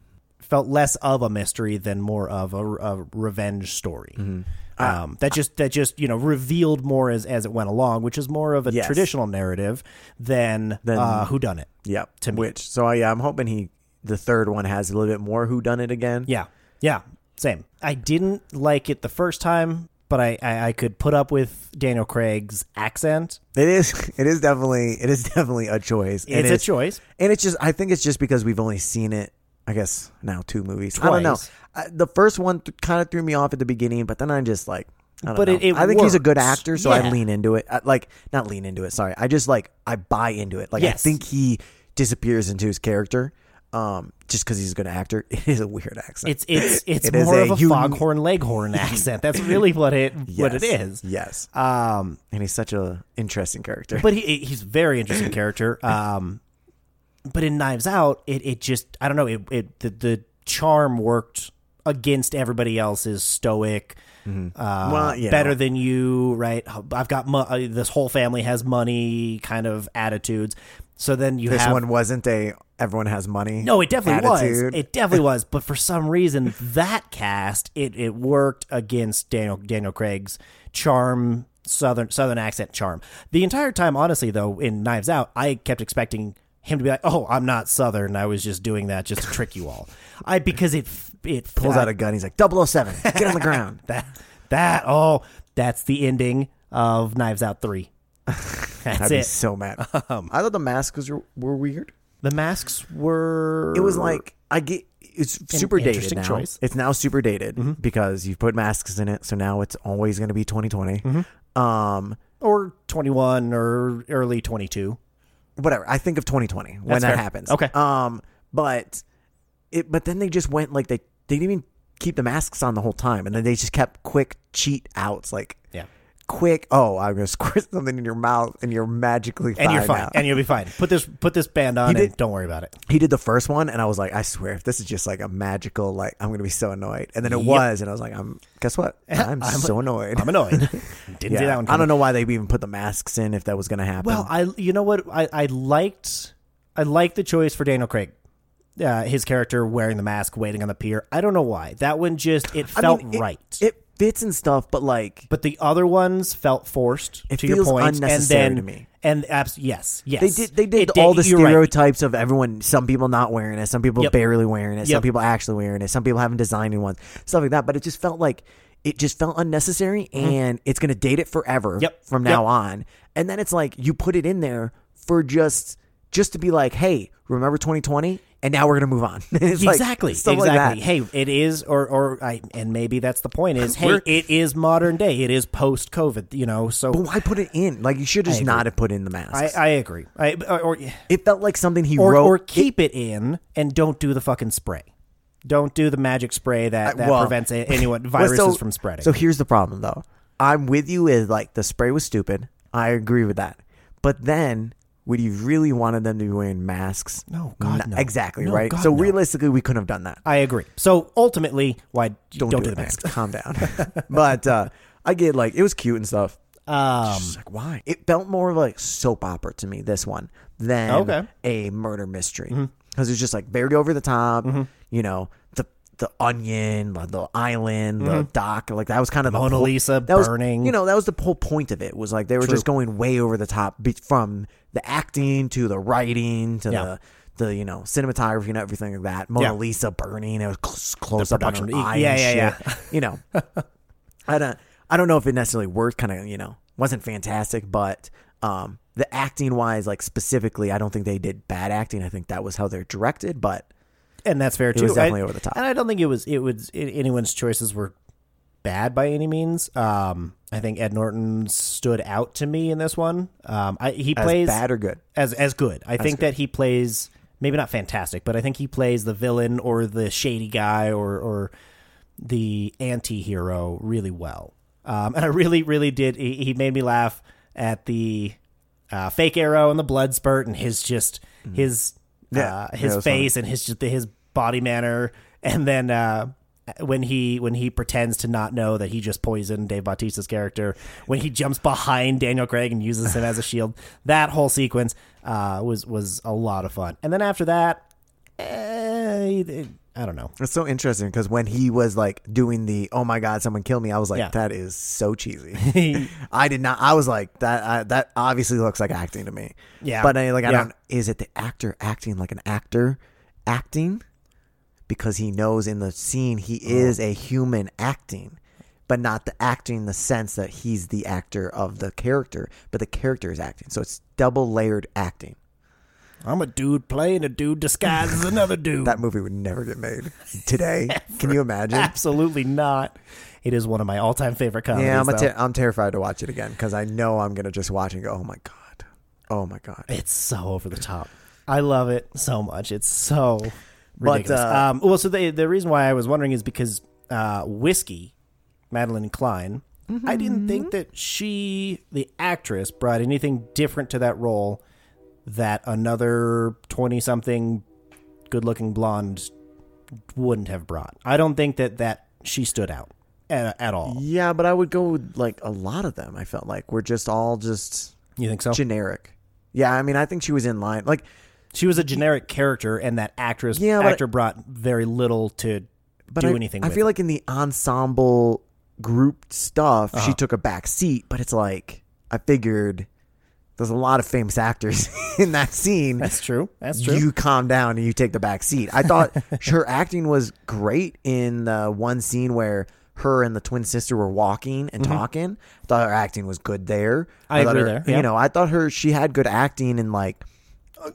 Speaker 1: felt less of a mystery than more of a, a revenge story.
Speaker 2: Mm-hmm.
Speaker 1: Um, that just that just you know revealed more as as it went along, which is more of a
Speaker 2: Yes.
Speaker 1: traditional narrative than, uh, who done it.
Speaker 2: Yep.
Speaker 1: to me.
Speaker 2: Which so yeah, I'm hoping he the third one has a little bit more who done it again.
Speaker 1: Yeah, yeah, same. I didn't like it the first time, but I I, I could put up with Daniel Craig's accent.
Speaker 2: It is. It is definitely. It is definitely a choice. And
Speaker 1: It's a choice.
Speaker 2: and it's just. I think it's just because we've only seen it. I guess now two movies. I don't know.
Speaker 1: Twice.
Speaker 2: I, the first one th- kind of threw me off at the beginning, but then I'm just like. I don't
Speaker 1: But
Speaker 2: know.
Speaker 1: it- it
Speaker 2: I think he's a good
Speaker 1: works.
Speaker 2: actor, so I
Speaker 1: Yeah.
Speaker 2: lean into it. I, like not lean into it. Sorry, I just like I buy into it. Like I
Speaker 1: Yes.
Speaker 2: think he disappears into his character, um, just because he's a good actor. It is a weird accent.
Speaker 1: It's it's it's
Speaker 2: It is
Speaker 1: more
Speaker 2: a
Speaker 1: of a
Speaker 2: uni-
Speaker 1: foghorn leghorn accent. That's really what it what it
Speaker 2: Yes.
Speaker 1: is.
Speaker 2: Yes,
Speaker 1: Um,
Speaker 2: and he's such a interesting character.
Speaker 1: but he he's a very interesting character. Um, but in Knives Out, it it just I don't know it it the the charm worked against everybody else's stoic. Uh,
Speaker 2: Mm-hmm. Well, you
Speaker 1: better
Speaker 2: know.
Speaker 1: than you, right? I've got mo- uh, this whole family has money kind of attitudes. So then you
Speaker 2: This
Speaker 1: have
Speaker 2: one wasn't a everyone has money.
Speaker 1: no, it definitely
Speaker 2: attitude.
Speaker 1: was. It definitely was. But for some reason, that cast it it worked against Daniel Daniel Craig's charm, southern southern accent charm. The entire time, honestly, though, in Knives Out, I kept expecting him to be like, "Oh, I'm not southern. I was just doing that just to trick you all." I because it it
Speaker 2: Pulls out a gun. He's like 007. Get on the ground.
Speaker 1: that that oh that's the ending of Knives Out three. That's
Speaker 2: I'd be
Speaker 1: it.
Speaker 2: so mad. I thought the masks were, were weird.
Speaker 1: The masks were.
Speaker 2: It was like I get it's super dated
Speaker 1: interesting
Speaker 2: now.
Speaker 1: choice.
Speaker 2: It's now super dated because you've put masks in it, so now it's always going to be 2020. Um,
Speaker 1: or twenty one or early twenty two.
Speaker 2: whatever. I think of 2020 when
Speaker 1: That's
Speaker 2: that
Speaker 1: fair.
Speaker 2: happens.
Speaker 1: Okay.
Speaker 2: Um, but it but then they just went like they they didn't even keep the masks on the whole time, and then they just kept quick cheat outs like
Speaker 1: Yeah.
Speaker 2: quick. Oh, I'm going to squirt something in your mouth, and you're magically
Speaker 1: and you're
Speaker 2: fine
Speaker 1: fine,
Speaker 2: now.
Speaker 1: and you'll be fine. Put this put this band on,
Speaker 2: did-
Speaker 1: and don't worry about it.
Speaker 2: he did the first one, and I was like, I swear, if this is just like a magical, like I'm gonna be so annoyed. And then it
Speaker 1: Yep.
Speaker 2: was, and I was like, I'm guess what? I'm, so annoyed.
Speaker 1: I'm annoyed. Didn't see that
Speaker 2: yeah.
Speaker 1: one.
Speaker 2: I
Speaker 1: coming.
Speaker 2: don't know why they even put the masks in if that was gonna happen.
Speaker 1: Well, I you know what I, I liked I liked the choice for Daniel Craig. Uh, his character wearing the mask, waiting on the pier. I don't know why that one just it
Speaker 2: I
Speaker 1: felt
Speaker 2: mean, it-
Speaker 1: right,
Speaker 2: It fits and stuff, but like
Speaker 1: but the other ones felt forced.
Speaker 2: It
Speaker 1: to your
Speaker 2: feels
Speaker 1: point,
Speaker 2: unnecessary
Speaker 1: and
Speaker 2: to
Speaker 1: then,
Speaker 2: me.
Speaker 1: And abs- yes, yes,
Speaker 2: they did they did
Speaker 1: It
Speaker 2: all the
Speaker 1: you're right.
Speaker 2: stereotypes of everyone. Some people not wearing it, some people
Speaker 1: Yep.
Speaker 2: barely wearing it, some
Speaker 1: Yep.
Speaker 2: people actually wearing it, some people haven't designed in ones, stuff like that. But it just felt like it just felt unnecessary, and it's gonna date it forever
Speaker 1: Mm-hmm. Yep.
Speaker 2: from now on. And then it's like you put it in there for just just to be like, hey, remember 2020, and now we're gonna move on. It's like,
Speaker 1: exactly.
Speaker 2: stuff like that.
Speaker 1: exactly. hey, it is, or or I, and maybe that's the point. Is hey,
Speaker 2: We're-
Speaker 1: it is modern day. It is post COVID. You know, so
Speaker 2: But why put it in? Like you should just not have put in the masks.
Speaker 1: I, I agree. I or or,
Speaker 2: it felt like something he
Speaker 1: or,
Speaker 2: wrote.
Speaker 1: or keep it, in and don't do the fucking spray. Don't do the magic spray that, that
Speaker 2: well-
Speaker 1: prevents a- anyone
Speaker 2: Well,
Speaker 1: viruses
Speaker 2: so-
Speaker 1: from spreading.
Speaker 2: So here's the problem, though. I'm with you. Is like the spray was stupid. I agree with that. But then, would you really wanted them to be wearing masks?
Speaker 1: No, God,
Speaker 2: N-
Speaker 1: no.
Speaker 2: Exactly
Speaker 1: No,
Speaker 2: right.
Speaker 1: God,
Speaker 2: so
Speaker 1: no.
Speaker 2: realistically, we couldn't have done that.
Speaker 1: I agree. So ultimately, why don't, do
Speaker 2: it,
Speaker 1: the
Speaker 2: man.
Speaker 1: mask?
Speaker 2: Calm down. but uh, I get like it was cute and stuff.
Speaker 1: Um,
Speaker 2: Just like why? It felt more of like soap opera to me. This one than
Speaker 1: Okay. Mm-hmm.
Speaker 2: a murder mystery because it's just like very over the top. You know the the onion, like, the island, the dock. Like that was kind of the
Speaker 1: Mm-hmm. Mona
Speaker 2: whole-
Speaker 1: Lisa
Speaker 2: that was-
Speaker 1: burning.
Speaker 2: you know that was the whole point of it. Was like they were just going way over the top be- from the acting to the writing to
Speaker 1: Yeah.
Speaker 2: the. The you know cinematography and everything like that Mona
Speaker 1: Yeah.
Speaker 2: Lisa burning it was close, close up on her
Speaker 1: production. E,
Speaker 2: eye
Speaker 1: Yeah,
Speaker 2: and
Speaker 1: yeah,
Speaker 2: shit. you know I don't I don't know if it necessarily worked kind of, you know, wasn't fantastic, but um the acting wise like specifically, I don't think they did bad acting. I think that was how they're directed, but
Speaker 1: and that's fair too.
Speaker 2: was definitely
Speaker 1: I-
Speaker 2: over the top.
Speaker 1: And I don't think it was it was i anyone's choices were bad by any means. Um, I think Ed Norton stood out to me in this one. Um, I, he
Speaker 2: as
Speaker 1: plays
Speaker 2: bad or good.
Speaker 1: as as good. I think that he plays maybe not fantastic, but I think he plays the villain or the shady guy or or the anti-hero really well. Um, and I really really did he, he made me laugh at the uh, fake arrow and the blood spurt and his just his
Speaker 2: Yeah.
Speaker 1: uh,
Speaker 2: Yeah,
Speaker 1: his
Speaker 2: it was funny.
Speaker 1: face and his just his body manner and then uh when he when he pretends to not know that he just poisoned Dave Bautista's character, when he jumps behind Daniel Craig and uses him as a shield, that whole sequence uh, was was a lot of fun. And then after that, eh, it- I don't know.
Speaker 2: It's so interesting because when he was like doing the "Oh my God, someone kill me," I was like,
Speaker 1: Yeah.
Speaker 2: "That is so cheesy." I did not. I was like, "That I, that obviously looks like acting to me."
Speaker 1: Yeah.
Speaker 2: but I, like I
Speaker 1: Yeah.
Speaker 2: don't. Is it the actor acting like an actor acting because he knows in the scene he
Speaker 1: Oh.
Speaker 2: is a human acting, but not the acting in the sense that he's the actor of the character, but the character is acting. So it's double layered acting.
Speaker 1: I'm a dude playing a dude disguised as another dude.
Speaker 2: That movie would never get made today. Can you imagine?
Speaker 1: Absolutely not. It is one of my all time favorite comedies.
Speaker 2: Yeah, I'm, a
Speaker 1: though.
Speaker 2: ter- I'm terrified to watch it again because I know I'm gonna just watch and go, oh my god, oh my god.
Speaker 1: It's so over the top. I love it so much. It's so
Speaker 2: But,
Speaker 1: ridiculous.
Speaker 2: uh,
Speaker 1: um, well, so the the reason why I was wondering is because uh, whiskey, Madeline Klein. I didn't think that she, the actress, brought anything different to that role that another twenty-something, good-looking blonde wouldn't have brought. I don't think that that she stood out at, at all.
Speaker 2: Yeah, but I would go with like a lot of them. I felt like we're just all just
Speaker 1: You think so?
Speaker 2: generic. Yeah, I mean, I think she was in line. Like,
Speaker 1: she was a generic character, and that actress
Speaker 2: Yeah, but-
Speaker 1: actor brought very little to
Speaker 2: but
Speaker 1: do
Speaker 2: I,
Speaker 1: anything.
Speaker 2: I
Speaker 1: with
Speaker 2: feel
Speaker 1: it.
Speaker 2: like in the ensemble group stuff, she
Speaker 1: Uh-huh.
Speaker 2: took a back seat. But it's like I figured there's a lot of famous actors in that scene.
Speaker 1: that's true. That's true.
Speaker 2: You calm down and you take the back seat. I thought her acting was great in the one scene where her and the twin sister were walking and talking. I thought her acting was good there.
Speaker 1: Mm-hmm. I
Speaker 2: thought
Speaker 1: agree
Speaker 2: her-
Speaker 1: there, yeah.
Speaker 2: You know, I thought her she had good acting and like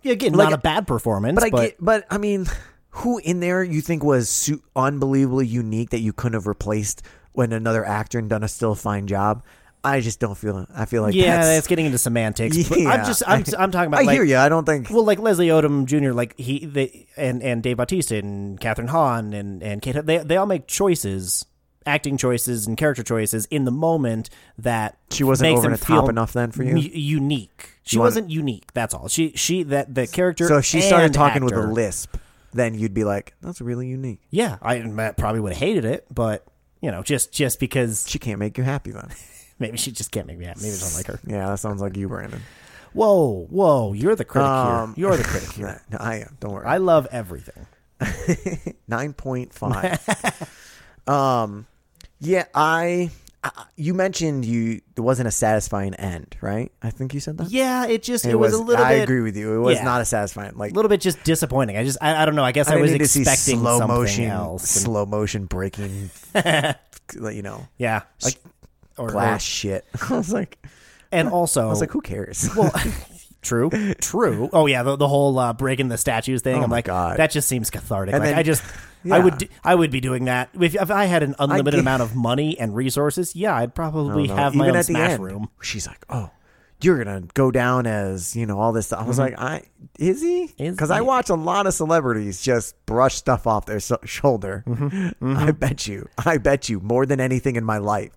Speaker 1: Again,
Speaker 2: like-
Speaker 1: not a bad performance,
Speaker 2: but I
Speaker 1: but,
Speaker 2: get, but I mean, who in there you think was su- unbelievably unique that you couldn't have replaced when another actor and done a still fine job? I just don't feel. I feel like
Speaker 1: yeah,
Speaker 2: that's,
Speaker 1: that's getting into semantics. but I'm
Speaker 2: Yeah.
Speaker 1: just I'm, I'm talking about.
Speaker 2: I
Speaker 1: like,
Speaker 2: hear you. I don't think.
Speaker 1: Well, like Leslie Odom Jr., like he, they, and and Dave Bautista and Catherine Hahn and and Kate, they they all make choices, acting choices and character choices in the moment that
Speaker 2: She wasn't
Speaker 1: makes
Speaker 2: over
Speaker 1: them
Speaker 2: the top
Speaker 1: feel
Speaker 2: enough then for you?
Speaker 1: mu- unique. She
Speaker 2: wanna-
Speaker 1: wasn't unique. That's all. She she that the character.
Speaker 2: So if she started
Speaker 1: and
Speaker 2: talking with
Speaker 1: actor-
Speaker 2: a lisp, then you'd be like, "That's really unique."
Speaker 1: yeah, I Matt probably would have hated it, but you know, just just because
Speaker 2: She can't make you happy then.
Speaker 1: maybe she just can't make me happy. Maybe I don't like her.
Speaker 2: Yeah, that sounds like you, Brandon.
Speaker 1: Whoa, whoa, you're the critic
Speaker 2: Um,
Speaker 1: here. You're the critic here.
Speaker 2: No, I am. Don't worry.
Speaker 1: I love everything.
Speaker 2: Nine point five. um, yeah, I, I. You mentioned you there wasn't a satisfying end, right? I think you said that.
Speaker 1: Yeah, it just it, was, a little
Speaker 2: I
Speaker 1: bit.
Speaker 2: agree with you. It was
Speaker 1: yeah.
Speaker 2: not a satisfying. Like
Speaker 1: a little bit just disappointing. I just I, I don't know. I guess I,
Speaker 2: didn't
Speaker 1: was
Speaker 2: need to see
Speaker 1: expecting
Speaker 2: slow
Speaker 1: something
Speaker 2: motion,
Speaker 1: else.
Speaker 2: slow motion breaking. you know,
Speaker 1: Yeah, like or, or-
Speaker 2: glass shit. I was like,
Speaker 1: and also
Speaker 2: I was like, who cares?
Speaker 1: well, true, true. Oh yeah, the, the whole uh, breaking the statues thing.
Speaker 2: Oh
Speaker 1: I'm
Speaker 2: my
Speaker 1: like,
Speaker 2: God.
Speaker 1: that just seems cathartic.
Speaker 2: And
Speaker 1: like
Speaker 2: then-
Speaker 1: I just. I
Speaker 2: Yeah.
Speaker 1: would do, I would be doing that if, if I had an unlimited
Speaker 2: get-
Speaker 1: amount of money and resources. Yeah, I'd probably
Speaker 2: know,
Speaker 1: have my
Speaker 2: even
Speaker 1: own
Speaker 2: at the
Speaker 1: smash
Speaker 2: end,
Speaker 1: room.
Speaker 2: She's like, oh. You're gonna go down as you know all this stuff. I was like, I Mm-hmm. is he?
Speaker 1: Is
Speaker 2: Because I
Speaker 1: he?
Speaker 2: watch a lot of celebrities just brush stuff off their so- shoulder. I bet you, I bet you, more than anything in my life,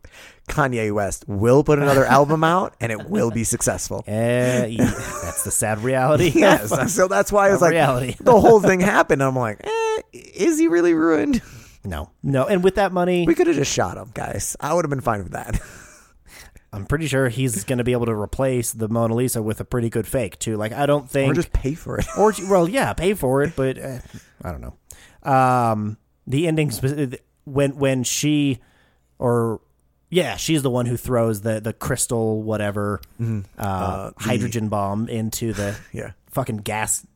Speaker 2: Kanye West will put another album out and it will be successful.
Speaker 1: Eh, yeah, that's the sad reality.
Speaker 2: Yes. So that's why I was like,
Speaker 1: reality.
Speaker 2: the whole thing happened. I'm like, eh, is he really ruined?
Speaker 1: no, no. And with that money,
Speaker 2: We could have just shot him, guys. I would have been fine with that.
Speaker 1: I'm pretty sure he's going to be able to replace the Mona Lisa with a pretty good fake too. Like I don't think
Speaker 2: or just pay for it.
Speaker 1: or well, yeah, pay for it, but uh, I don't know. Um, the ending spe- when when she or yeah, she's the one who throws the the crystal whatever
Speaker 2: Mm-hmm.
Speaker 1: uh, hydrogen bomb into the
Speaker 2: Yeah.
Speaker 1: fucking gas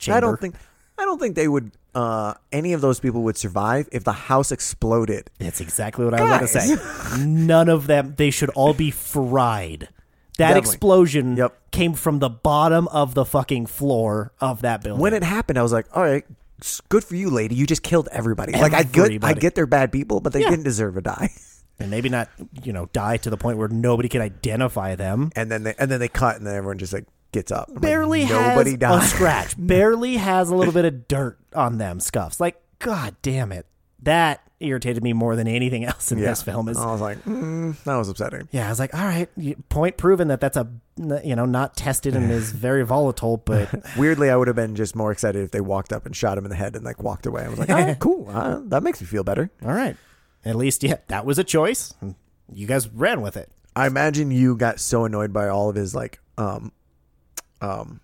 Speaker 1: chamber.
Speaker 2: I don't think I don't think they would uh, any of those people would survive if the house exploded.
Speaker 1: that's exactly what I was going to say. None of them. They should all be fried. That
Speaker 2: Definitely.
Speaker 1: explosion
Speaker 2: Yep.
Speaker 1: came from the bottom of the fucking floor of that building.
Speaker 2: When it happened, I was like, "All right, s- good for you, lady. You just killed everybody." Like I get I
Speaker 1: Everybody.
Speaker 2: get they're bad people, but they
Speaker 1: Yeah.
Speaker 2: didn't deserve to die.
Speaker 1: and maybe not, you know, die to the point where nobody can identify them.
Speaker 2: And then they and then they cut, and then everyone just like gets up. I'm like,
Speaker 1: barely
Speaker 2: nobody
Speaker 1: has
Speaker 2: died.
Speaker 1: a scratch. barely has a little bit of dirt on them scuffs. Like, god damn it. That irritated me more than anything else in
Speaker 2: Yeah.
Speaker 1: this film. Is
Speaker 2: I was like, mm, that was upsetting.
Speaker 1: yeah, I was like, all right, you- point proven that that's a you know not tested and is very volatile, but
Speaker 2: Weirdly, I would have been just more excited if they walked up and shot him in the head and like walked away. I was like, all right, cool. Uh, that makes me feel better.
Speaker 1: all right, at least yeah, that was a choice. You guys ran with it.
Speaker 2: I imagine you got so annoyed by all of his like um um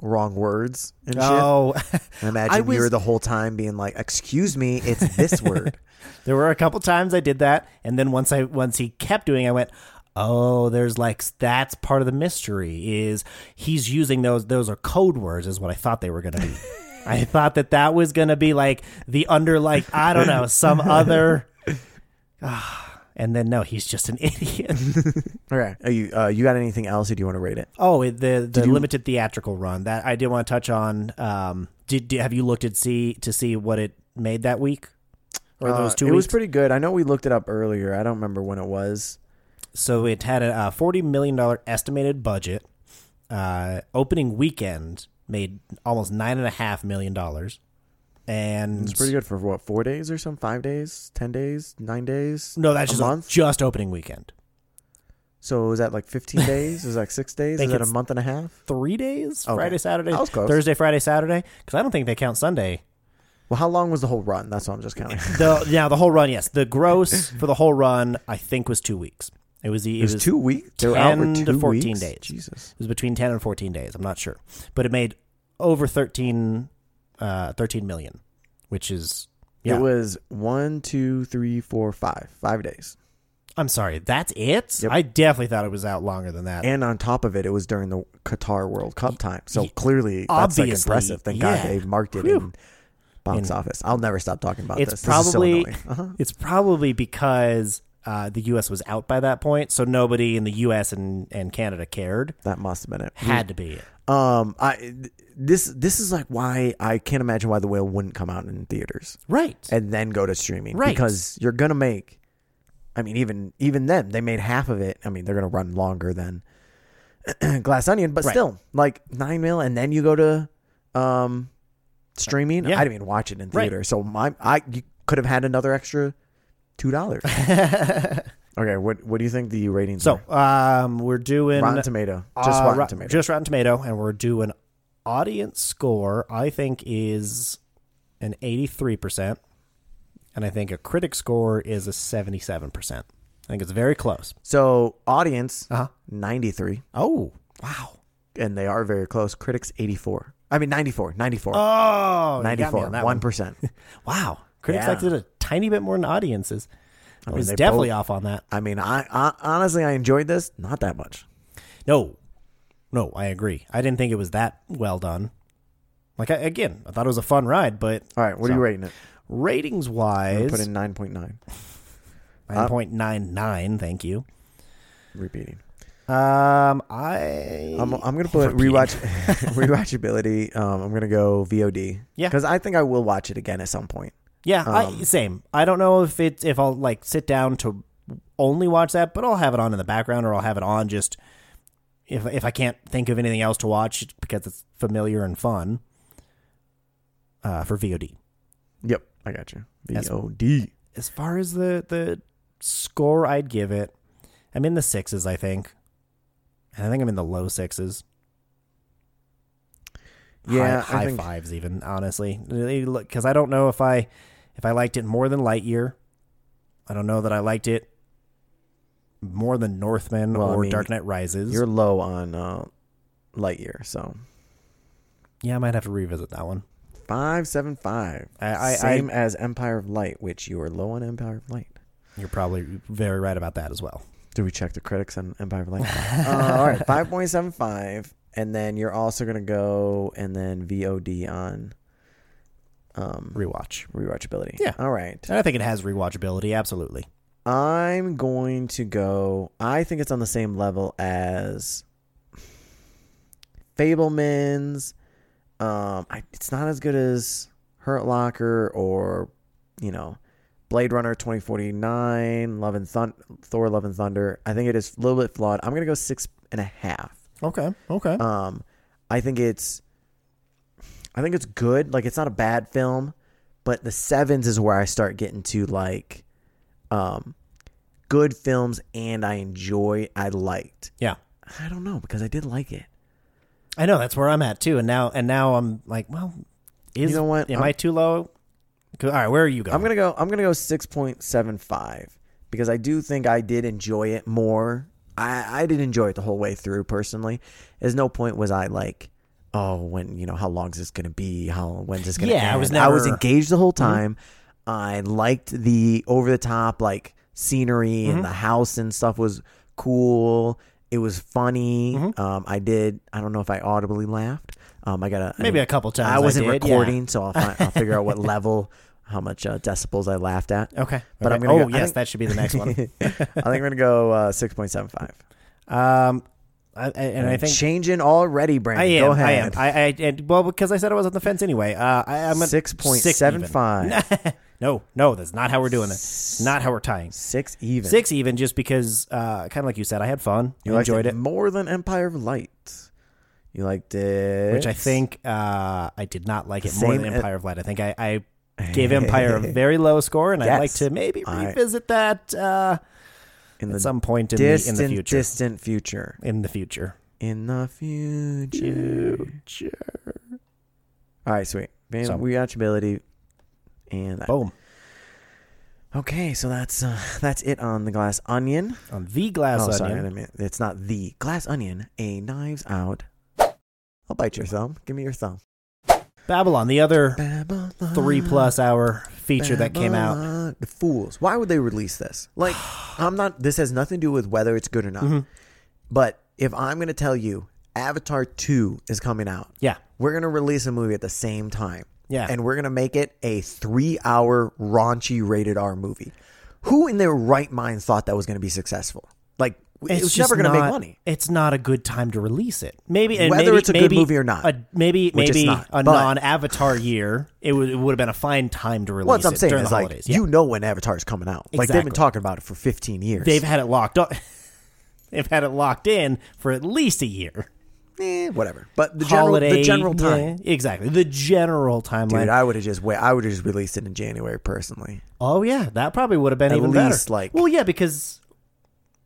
Speaker 2: wrong words and shit.
Speaker 1: Oh,
Speaker 2: I imagine
Speaker 1: I
Speaker 2: you were
Speaker 1: was-
Speaker 2: the whole time being like, "Excuse me, it's this word."
Speaker 1: There were a couple times I did that, and then once I once he kept doing, it, I went, "Oh, there's like that's part of the mystery is he's using those those are code words is what I thought they were going to be. I thought that that was going to be like the under like I don't know some other, Ah, and then no, he's just an idiot.
Speaker 2: All right, are you uh, you got anything else? Or do you want to rate it?
Speaker 1: Oh, it- the the limited theatrical run that I did want to touch on. Um, did, did have you looked at see to see what it made that week? Or those two
Speaker 2: Uh, it
Speaker 1: weeks?
Speaker 2: was pretty good. I know we looked it up earlier. I don't remember when it was.
Speaker 1: So it had a uh, forty million dollar estimated budget. Uh, opening weekend made almost nine and a half million dollars, and
Speaker 2: It's pretty good for what four days or some five days, ten days, nine days.
Speaker 1: no, that's
Speaker 2: a
Speaker 1: just
Speaker 2: month.
Speaker 1: just opening weekend.
Speaker 2: So was that like fifteen days? Was that like six days?
Speaker 1: Think
Speaker 2: Is that a
Speaker 1: it's-
Speaker 2: month and a half?
Speaker 1: Three days,
Speaker 2: Okay.
Speaker 1: Friday, Saturday,
Speaker 2: I was close.
Speaker 1: Thursday, Friday, Saturday, because I don't think they count Sunday.
Speaker 2: Well, how long was the whole run? That's what I'm just counting.
Speaker 1: The now the whole run, yes. The gross for the whole run, I think, was two weeks. It was the it,
Speaker 2: It was two weeks. They were out for
Speaker 1: 10 to
Speaker 2: two
Speaker 1: 14
Speaker 2: weeks?
Speaker 1: days.
Speaker 2: Jesus.
Speaker 1: It was between ten and fourteen days. I'm not sure, but it made over 13, uh, 13 million, which is yeah.
Speaker 2: It was one, two, three, four, five, five days.
Speaker 1: I'm sorry, that's it.
Speaker 2: Yep.
Speaker 1: I definitely thought it was out longer than that.
Speaker 2: And on top of it, it was during the Qatar World Cup time. So
Speaker 1: Ye-
Speaker 2: clearly,
Speaker 1: obviously,
Speaker 2: that's like impressive. Thank
Speaker 1: yeah.
Speaker 2: God they marked it
Speaker 1: Whew.
Speaker 2: in box
Speaker 1: In-
Speaker 2: office. I'll never stop talking about
Speaker 1: it's
Speaker 2: this. This is so
Speaker 1: probably
Speaker 2: annoying. Uh-huh.
Speaker 1: it's probably because uh, the U.S. was out by that point, so nobody in the U.S. and, and Canada cared.
Speaker 2: that must have been it.
Speaker 1: Had to be it.
Speaker 2: Um, I this this is like why I can't imagine why the whale wouldn't come out in theaters
Speaker 1: right.
Speaker 2: and then go to streaming.
Speaker 1: Right.
Speaker 2: Because you're gonna make I mean, even even then, they made half of it. I mean, they're gonna run longer than Glass Onion, but
Speaker 1: Right.
Speaker 2: still, like nine mil and then you go to um streaming.
Speaker 1: Yeah.
Speaker 2: I didn't even watch it in
Speaker 1: Right.
Speaker 2: theater. So my I you could have had another extra two dollars. okay, what what do you think the ratings
Speaker 1: so
Speaker 2: are?
Speaker 1: um, we're doing
Speaker 2: Rotten Tomato. Just
Speaker 1: uh,
Speaker 2: Rotten
Speaker 1: Rot-
Speaker 2: Tomato.
Speaker 1: Just Rotten Tomato, and we're doing audience score. I think is an eighty-three percent, and I think a critic score is a seventy-seven percent. I think it's very close.
Speaker 2: so audience
Speaker 1: Uh-huh.
Speaker 2: ninety three.
Speaker 1: Oh wow!
Speaker 2: and they are very close. Critics 84. I mean 94, 94,
Speaker 1: Oh, you got me
Speaker 2: 94,
Speaker 1: on that
Speaker 2: 1%.
Speaker 1: one. Wow, critics
Speaker 2: Yeah.
Speaker 1: liked it a tiny bit more than audiences. I
Speaker 2: mean,
Speaker 1: was
Speaker 2: they
Speaker 1: definitely
Speaker 2: both-
Speaker 1: off on that.
Speaker 2: I mean, I, I honestly I enjoyed this not that much.
Speaker 1: No, no, I agree. I didn't think it was that well done. Like I, again, I thought it was a fun ride, but
Speaker 2: All right, what are you rating it?
Speaker 1: ratings
Speaker 2: I
Speaker 1: wise,
Speaker 2: put in 9.9.
Speaker 1: nine point nine nine. Thank you.
Speaker 2: Repeating. Eh,
Speaker 1: Um, I
Speaker 2: I'm, I'm gonna put
Speaker 1: Repeating.
Speaker 2: rewatch rewatchability. Um, I'm gonna go VOD.
Speaker 1: Yeah.
Speaker 2: because I think I will watch it again at some point.
Speaker 1: yeah, I,
Speaker 2: um,
Speaker 1: same. I don't know if it's if I'll like sit down to only watch that, but I'll have it on in the background, or I'll have it on just if if I can't think of anything else to watch because it's familiar and fun. Uh, for VOD.
Speaker 2: Yep, I got you.
Speaker 1: That's-
Speaker 2: VOD.
Speaker 1: as far as the the score I'd give it, I'm in the sixes, I think. And I think I'm in the low sixes.
Speaker 2: Yeah,
Speaker 1: high,
Speaker 2: I
Speaker 1: high
Speaker 2: think-
Speaker 1: fives even honestly, because I don't know if I if I liked it more than Lightyear. I don't know that I liked it more than Northman
Speaker 2: Well, I
Speaker 1: or
Speaker 2: mean,
Speaker 1: Dark Knight Rises.
Speaker 2: You're low on uh, Lightyear, so
Speaker 1: Yeah, I might have to revisit that one.
Speaker 2: five seven five.
Speaker 1: I- I-
Speaker 2: Same as Empire of Light, which you are low on Empire of Light.
Speaker 1: You're probably very right about that as well.
Speaker 2: Did we check the critics on Empire of Light? uh, all right, five point seven five, and then you're also gonna go and then VOD on um,
Speaker 1: Rewatch,
Speaker 2: rewatchability.
Speaker 1: Yeah.
Speaker 2: All right.
Speaker 1: and I think it has rewatchability. Absolutely.
Speaker 2: I'm going to go. I think it's on the same level as Fableman's. Um, I, it's not as good as Hurt Locker or you know Blade Runner 2049, Love and Thun- Thor: Love and Thunder. I think it is a little bit flawed. I'm gonna go six and a half.
Speaker 1: Okay. Okay.
Speaker 2: Um, I think it's, I think it's good. Like it's not a bad film, but the sevens is where I start getting to like, um, good films and I enjoy. I liked.
Speaker 1: yeah.
Speaker 2: I don't know because I did like it.
Speaker 1: I know that's where I'm at too, and now and now I'm like, well, is
Speaker 2: You know what?
Speaker 1: Am
Speaker 2: I'm-
Speaker 1: i too low? 'Cause- All right, where are you going?
Speaker 2: I'm gonna go. I'm gonna go six point seven five because I do think I did enjoy it more. I I did enjoy it the whole way through personally. There's no point was I like, oh, when you know how long is this gonna be? How when's this gonna?
Speaker 1: Yeah, I
Speaker 2: end?
Speaker 1: was
Speaker 2: I
Speaker 1: never-
Speaker 2: was
Speaker 1: Mm-hmm.
Speaker 2: engaged the whole time. I liked the over the top like scenery
Speaker 1: Mm-hmm.
Speaker 2: and the house and stuff was cool. It was funny.
Speaker 1: Mm-hmm.
Speaker 2: Um, I did. I don't know if I audibly laughed. Um, I got to
Speaker 1: Maybe a couple times
Speaker 2: I
Speaker 1: I
Speaker 2: wasn't
Speaker 1: did, yeah.
Speaker 2: recording, so I'll, find, I'll figure out what level, how much uh, decibels I laughed at.
Speaker 1: okay,
Speaker 2: But
Speaker 1: okay.
Speaker 2: I'm gonna
Speaker 1: Oh
Speaker 2: go- I
Speaker 1: yes,
Speaker 2: think-
Speaker 1: that should be the next
Speaker 2: I
Speaker 1: one.
Speaker 2: think I'm gonna go uh, six point seven five.
Speaker 1: Um, I, I, and I think
Speaker 2: changing already, Brandon.
Speaker 1: I am.
Speaker 2: go
Speaker 1: I
Speaker 2: ahead.
Speaker 1: am. I, I and, well because I said I was on the fence anyway. Uh, I, I'm at
Speaker 2: six point seven
Speaker 1: even.
Speaker 2: five.
Speaker 1: No, no, that's not how we're doing this. Not how we're tying.
Speaker 2: Six even.
Speaker 1: Six even, just because, uh, kind of like you said, I had fun.
Speaker 2: You
Speaker 1: I
Speaker 2: liked
Speaker 1: enjoyed it,
Speaker 2: more than Empire of Light. You liked it,
Speaker 1: which I think uh, I did not like it more
Speaker 2: Same uh,
Speaker 1: than
Speaker 2: as-
Speaker 1: Empire of Light. I think I, I gave Empire a very low score, and I'd
Speaker 2: Yes.
Speaker 1: like to maybe
Speaker 2: I-
Speaker 1: revisit that. Uh,
Speaker 2: in
Speaker 1: at
Speaker 2: the
Speaker 1: some point in the, in
Speaker 2: distant,
Speaker 1: the future.
Speaker 2: distant future.
Speaker 1: in the future.
Speaker 2: In the future. All right, sweet. Man,
Speaker 1: So- Oh.
Speaker 2: rewatchability And that-
Speaker 1: Boom.
Speaker 2: okay, so that's uh, that's it on the glass onion.
Speaker 1: On the glass
Speaker 2: oh,
Speaker 1: onion.
Speaker 2: sorry, I didn't mean, it's not the glass onion. A knives out. I'll bite your thumb. Give me your thumb.
Speaker 1: Babylon, the other
Speaker 2: Babylon,
Speaker 1: three plus hour feature that came out.
Speaker 2: Babylon. The fools. Why would they release this? Like, I'm not. This has nothing to do with whether it's good or not.
Speaker 1: Mm-hmm.
Speaker 2: But if I'm going to tell you, Avatar Two is coming out.
Speaker 1: Yeah.
Speaker 2: we're gonna release a movie at the same time.
Speaker 1: Yeah.
Speaker 2: And we're gonna make it a three hour raunchy rated R movie. Who in their right mind thought that was gonna be successful? Like it was
Speaker 1: just
Speaker 2: never gonna
Speaker 1: not-
Speaker 2: make money.
Speaker 1: It's not a good time to release it. Maybe and
Speaker 2: Whether
Speaker 1: maybe,
Speaker 2: it's a good
Speaker 1: maybe
Speaker 2: movie or not,
Speaker 1: a- maybe
Speaker 2: it's
Speaker 1: maybe
Speaker 2: not,
Speaker 1: a
Speaker 2: but-
Speaker 1: non-Avatar year, it, would it would have been a fine time to release
Speaker 2: Well, that's what I'm
Speaker 1: it
Speaker 2: saying
Speaker 1: during
Speaker 2: is
Speaker 1: the
Speaker 2: like
Speaker 1: holidays. Yeah.
Speaker 2: you know when Avatar's coming out. Like they've been
Speaker 1: Exactly.
Speaker 2: talking about it for 15 years.
Speaker 1: They've had it locked up. They've had it locked in for at least a year.
Speaker 2: Eh, whatever. But the general, the
Speaker 1: Holiday,
Speaker 2: general time.
Speaker 1: yeah, exactly. The general timeline.
Speaker 2: Dude, I would have just wait. I would have just released it in January personally,
Speaker 1: oh yeah, that probably would have been
Speaker 2: At
Speaker 1: even better.
Speaker 2: least, like-
Speaker 1: well, yeah, because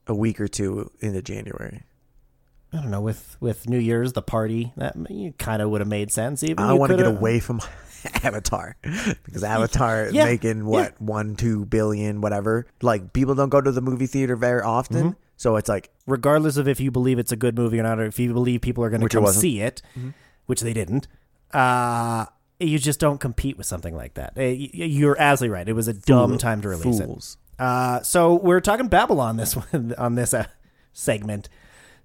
Speaker 2: a week or two into January.
Speaker 1: I don't know with with New Year's the party that kind of would have made sense. Even
Speaker 2: I
Speaker 1: You
Speaker 2: want to get
Speaker 1: coulda-
Speaker 2: away from Avatar because Avatar is
Speaker 1: Yeah,
Speaker 2: making what one, two billion, whatever. Like people don't go to the movie theater very often,
Speaker 1: Mm-hmm.
Speaker 2: so it's like
Speaker 1: regardless of if you believe it's a good movie or not, or if you believe people are going to
Speaker 2: it
Speaker 1: come
Speaker 2: wasn't. Mm-hmm.
Speaker 1: see it, which they didn't, uh, you just don't compete with something like that. Uh, y- y- You're absolutely right. It was a dumb time to release
Speaker 2: fools.
Speaker 1: it. Uh, so we're talking Babylon this one on this uh, segment.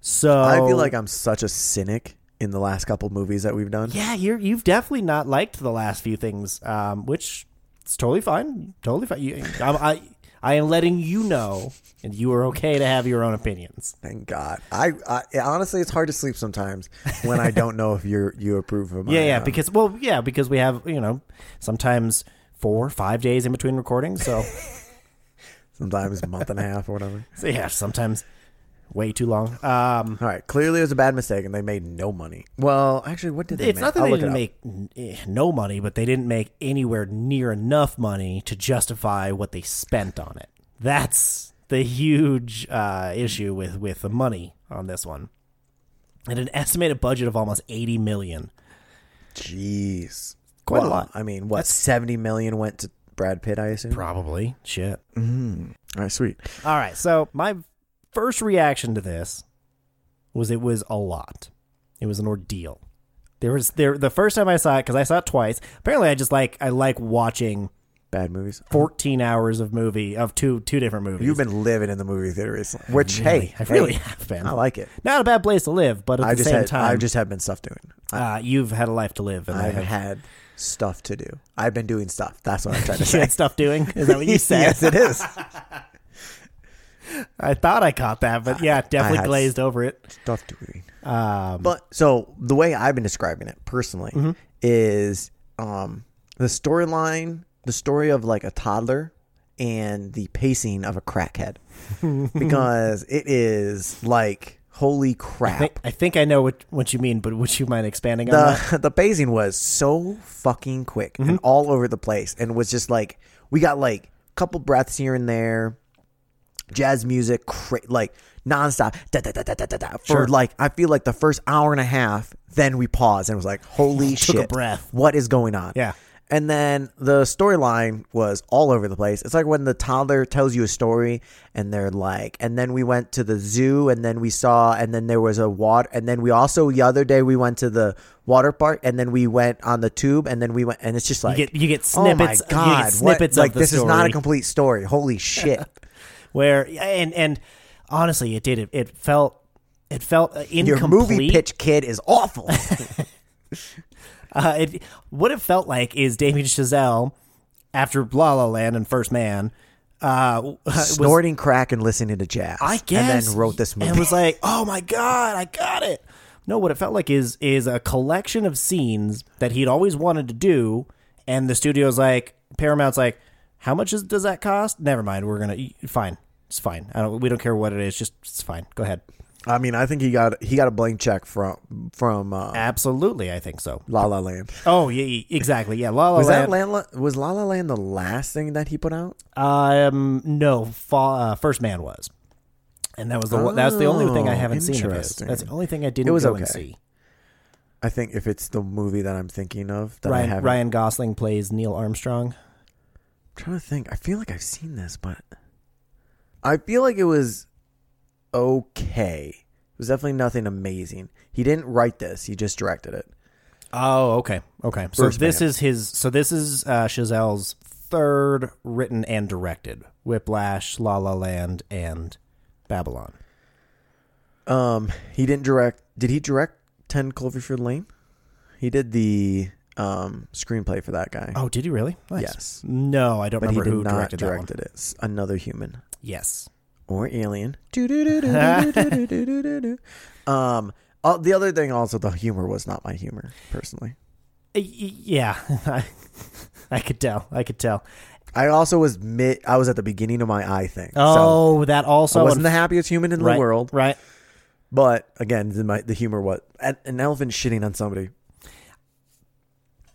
Speaker 1: So
Speaker 2: I feel like I'm such a cynic in the last couple movies that we've done.
Speaker 1: yeah, you're you've definitely not liked the last few things, um, which it's totally fine, totally fine. You, I'm, I I am letting you know, and you are okay to have your own opinions.
Speaker 2: Thank God. I, I honestly, it's hard to sleep sometimes when I don't know if you you approve of. uh,
Speaker 1: Yeah, yeah, because well, yeah, because we have you know sometimes four, five days in between recordings, so,
Speaker 2: sometimes a month and a half or whatever.
Speaker 1: so yeah, sometimes way too long. Um,
Speaker 2: All right, clearly it was a bad mistake, and they made no money. Well, actually, what did they?
Speaker 1: it's
Speaker 2: make?
Speaker 1: not that
Speaker 2: I'll
Speaker 1: they
Speaker 2: look it
Speaker 1: didn't
Speaker 2: up.
Speaker 1: make eh, no money, but they didn't make anywhere near enough money to justify what they spent on it. That's the huge uh, issue with with the money on this one, and an estimated budget of almost eighty million.
Speaker 2: Jeez,
Speaker 1: Quite a
Speaker 2: Well,
Speaker 1: lot.
Speaker 2: I mean, what seventy million went to Brad Pitt? I assume.
Speaker 1: Probably shit.
Speaker 2: All right, sweet.
Speaker 1: All right. So my first reaction to this was it was a lot. It was an ordeal. There was there the first time I saw it because I saw it twice. Apparently, I just like I like watching
Speaker 2: Bad movies.
Speaker 1: fourteen hours of movie of two two different movies.
Speaker 2: You've been living in the movie theater recently, which hey,
Speaker 1: I really
Speaker 2: hey,
Speaker 1: have been.
Speaker 2: I like it.
Speaker 1: Not a bad place to live, but at
Speaker 2: I
Speaker 1: the
Speaker 2: just
Speaker 1: same
Speaker 2: had, I
Speaker 1: time,
Speaker 2: just have been stuff doing.
Speaker 1: uh, you've had a life to live, and I
Speaker 2: I've
Speaker 1: have
Speaker 2: had stuff to do. I've been doing stuff. That's what I'm trying to
Speaker 1: you
Speaker 2: say.
Speaker 1: had stuff doing. Is that what you said?
Speaker 2: yes, it is.
Speaker 1: I thought I caught that, but yeah, definitely
Speaker 2: had s-
Speaker 1: glazed over it.
Speaker 2: stuff doing.
Speaker 1: Um, Mm-hmm.
Speaker 2: But so the way I've been describing it personally is um, the storyline, the story of like a toddler and the pacing of a crackhead, because it is like holy crap.
Speaker 1: I, I think I know what what you mean, but would you mind expanding on that?
Speaker 2: the the pacing was so fucking quick
Speaker 1: Mm-hmm.
Speaker 2: and all over the place and was just like we got like a couple breaths here and there jazz music cra- like nonstop da, da, da, da, da, da, da, for
Speaker 1: Sure.
Speaker 2: like I feel like the first hour and a half then we paused and was like holy
Speaker 1: Took a
Speaker 2: shit
Speaker 1: breath.
Speaker 2: what is going on
Speaker 1: Yeah.
Speaker 2: and then the storyline was all over the place. It's like when the toddler tells you a story and they're like, and then we went to the zoo and then we saw, and then there was a water. And then we also, the other day, we went to the water park and then we went on the tube and then we went, and it's just like,
Speaker 1: get- you get
Speaker 2: oh my
Speaker 1: snippets- you get
Speaker 2: God, what-
Speaker 1: snippets of
Speaker 2: like
Speaker 1: the
Speaker 2: this is not a
Speaker 1: story.
Speaker 2: complete story. Holy shit.
Speaker 1: where and and honestly it did it, it felt it felt uh,
Speaker 2: Your
Speaker 1: incomplete
Speaker 2: movie pitch kid is awful.
Speaker 1: uh, it, what it felt like is Damien Chazelle after La La Land and First Man uh was-
Speaker 2: Snorting crack and listening to jazz.
Speaker 1: I guess
Speaker 2: And then wrote this movie.
Speaker 1: and was like oh my god I got it no what it felt like is is a collection of scenes that he'd always wanted to do and the studio's like Paramount's like how much is, does that cost never mind we're gonna fine it's fine I don't we don't care what it is just it's fine go ahead
Speaker 2: I mean, I think he got he got a blank check from from uh,
Speaker 1: absolutely I think so
Speaker 2: La La Land.
Speaker 1: Oh yeah, yeah, exactly. Yeah, La La
Speaker 2: Was that
Speaker 1: Land.
Speaker 2: Land, was Oh, La La Land the last thing that he put out?
Speaker 1: um, no, fa- uh, First Man was, and that was the one that's the only thing I haven't seen of his.
Speaker 2: Oh, interesting.
Speaker 1: That's the only thing I didn't
Speaker 2: It was
Speaker 1: go
Speaker 2: okay.
Speaker 1: and see.
Speaker 2: I think if it's the movie that I'm thinking of that I
Speaker 1: Ryan,
Speaker 2: haven't.
Speaker 1: Ryan Gosling plays Neil Armstrong.
Speaker 2: trying to think. I feel like I've seen this, but I feel like it was okay. It was definitely nothing amazing. He didn't write this. He just directed it.
Speaker 1: Oh, okay, okay. So
Speaker 2: First
Speaker 1: this
Speaker 2: man.
Speaker 1: is his. So this is uh, Chazelle's third written and directed: Whiplash, La La Land, and Babylon.
Speaker 2: Um, he didn't direct. Did he direct Ten Cloverfield Lane? He did the um screenplay for that guy.
Speaker 1: Oh, did he really? Nice.
Speaker 2: Yes.
Speaker 1: No, I don't
Speaker 2: but he
Speaker 1: remember who
Speaker 2: did not
Speaker 1: directed that one.
Speaker 2: direct it. It's another human.
Speaker 1: Yes.
Speaker 2: or alien. Do-do-do-do-do-do-do-do-do-do. um, uh, the other thing also, the humor was not my humor personally.
Speaker 1: Y- y- Yeah, I, I could tell. I could tell.
Speaker 2: I also was mid. I was at the beginning of my eye thing. so
Speaker 1: Oh, that also
Speaker 2: I wasn't the happiest human in
Speaker 1: right,
Speaker 2: the world.
Speaker 1: Right.
Speaker 2: But again, the, my, the humor was an, an elephant shitting on somebody.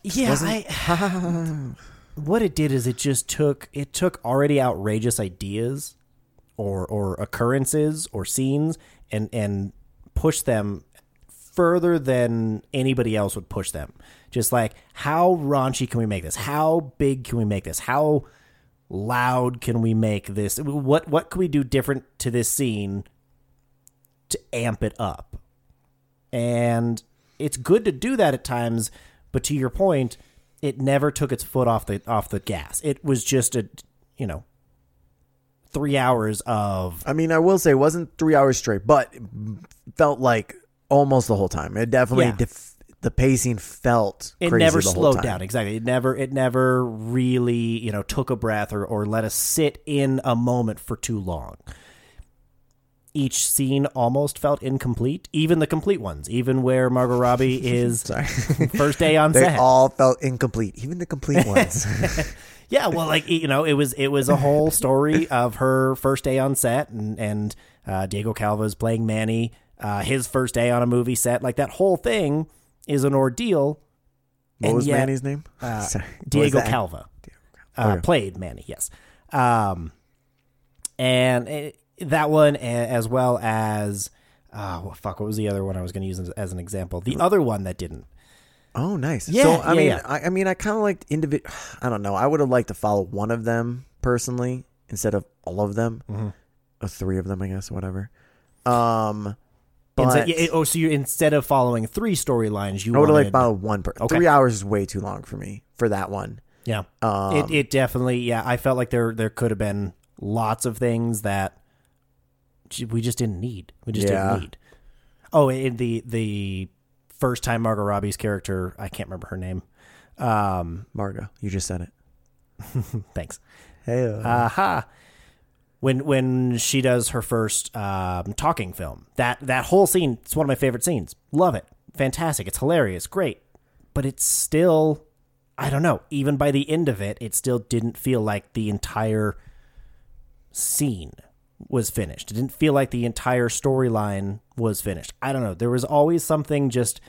Speaker 1: Yeah, I, what it did is it just took it took already outrageous ideas or or occurrences or scenes and and pushed them further than anybody else would push them. Just like how raunchy can we make this? How big can we make this? How loud can we make this? What what can we do different to this scene to amp it up? and it's good to do that at times but to your point it never took its foot off the off the gas it was just a you know 3 hours of
Speaker 2: I mean, I will say, it wasn't three hours straight, but it felt like almost the whole time. It definitely
Speaker 1: Yeah.
Speaker 2: def- the pacing felt.
Speaker 1: it
Speaker 2: crazy
Speaker 1: never
Speaker 2: the whole
Speaker 1: slowed
Speaker 2: time.
Speaker 1: down exactly it never it never really you know took a breath or or let us sit in a moment for too long each scene almost felt incomplete even the complete ones even where margot robbie is
Speaker 2: Sorry.
Speaker 1: first day on
Speaker 2: They
Speaker 1: set
Speaker 2: all felt incomplete, even the complete ones.
Speaker 1: Yeah, well, like you know, it was it was a whole story of her first day on set, and and uh, Diego Calva's playing Manny, uh, his first day on a movie set. Like that whole thing is an ordeal.
Speaker 2: What
Speaker 1: And
Speaker 2: was
Speaker 1: yet- uh,
Speaker 2: Manny's name? Sorry. What was
Speaker 1: Diego
Speaker 2: that?
Speaker 1: Calva
Speaker 2: Calva.
Speaker 1: uh, played Manny, yes, um, and it, that one, a- as well as uh, well, fuck, what was the other one I was going to use as, as an example? The other one that didn't.
Speaker 2: Oh, nice.
Speaker 1: Yeah,
Speaker 2: so I
Speaker 1: yeah,
Speaker 2: mean,
Speaker 1: yeah.
Speaker 2: I, I mean, I kind of liked individual. I don't know. I would have liked to follow one of them personally instead of all of them,
Speaker 1: Mm-hmm.
Speaker 2: or three of them, I guess, whatever. Um, but
Speaker 1: Instead- yeah, oh, so you instead of following three storylines, you
Speaker 2: I would have like
Speaker 1: wanted,
Speaker 2: followed one. Per-
Speaker 1: Okay.
Speaker 2: Three hours is way too long for me for that one.
Speaker 1: Yeah.
Speaker 2: Um,
Speaker 1: it, it definitely yeah, I felt like there there could have been lots of things that j- we just didn't need. We just
Speaker 2: Yeah.
Speaker 1: didn't need. Oh, and the the first time Margot Robbie's character, I can't remember her name. Um,
Speaker 2: Margo, you just said it.
Speaker 1: thanks.
Speaker 2: Hey,
Speaker 1: uh, Aha. When when she does her first um, talking film, that that whole scene, it's one of my favorite scenes. Love it, fantastic. It's hilarious, great. But it's still, I don't know. Even by the end of it, it still didn't feel like the entire scene was finished. It didn't feel like the entire storyline was finished. I don't know. There was always something just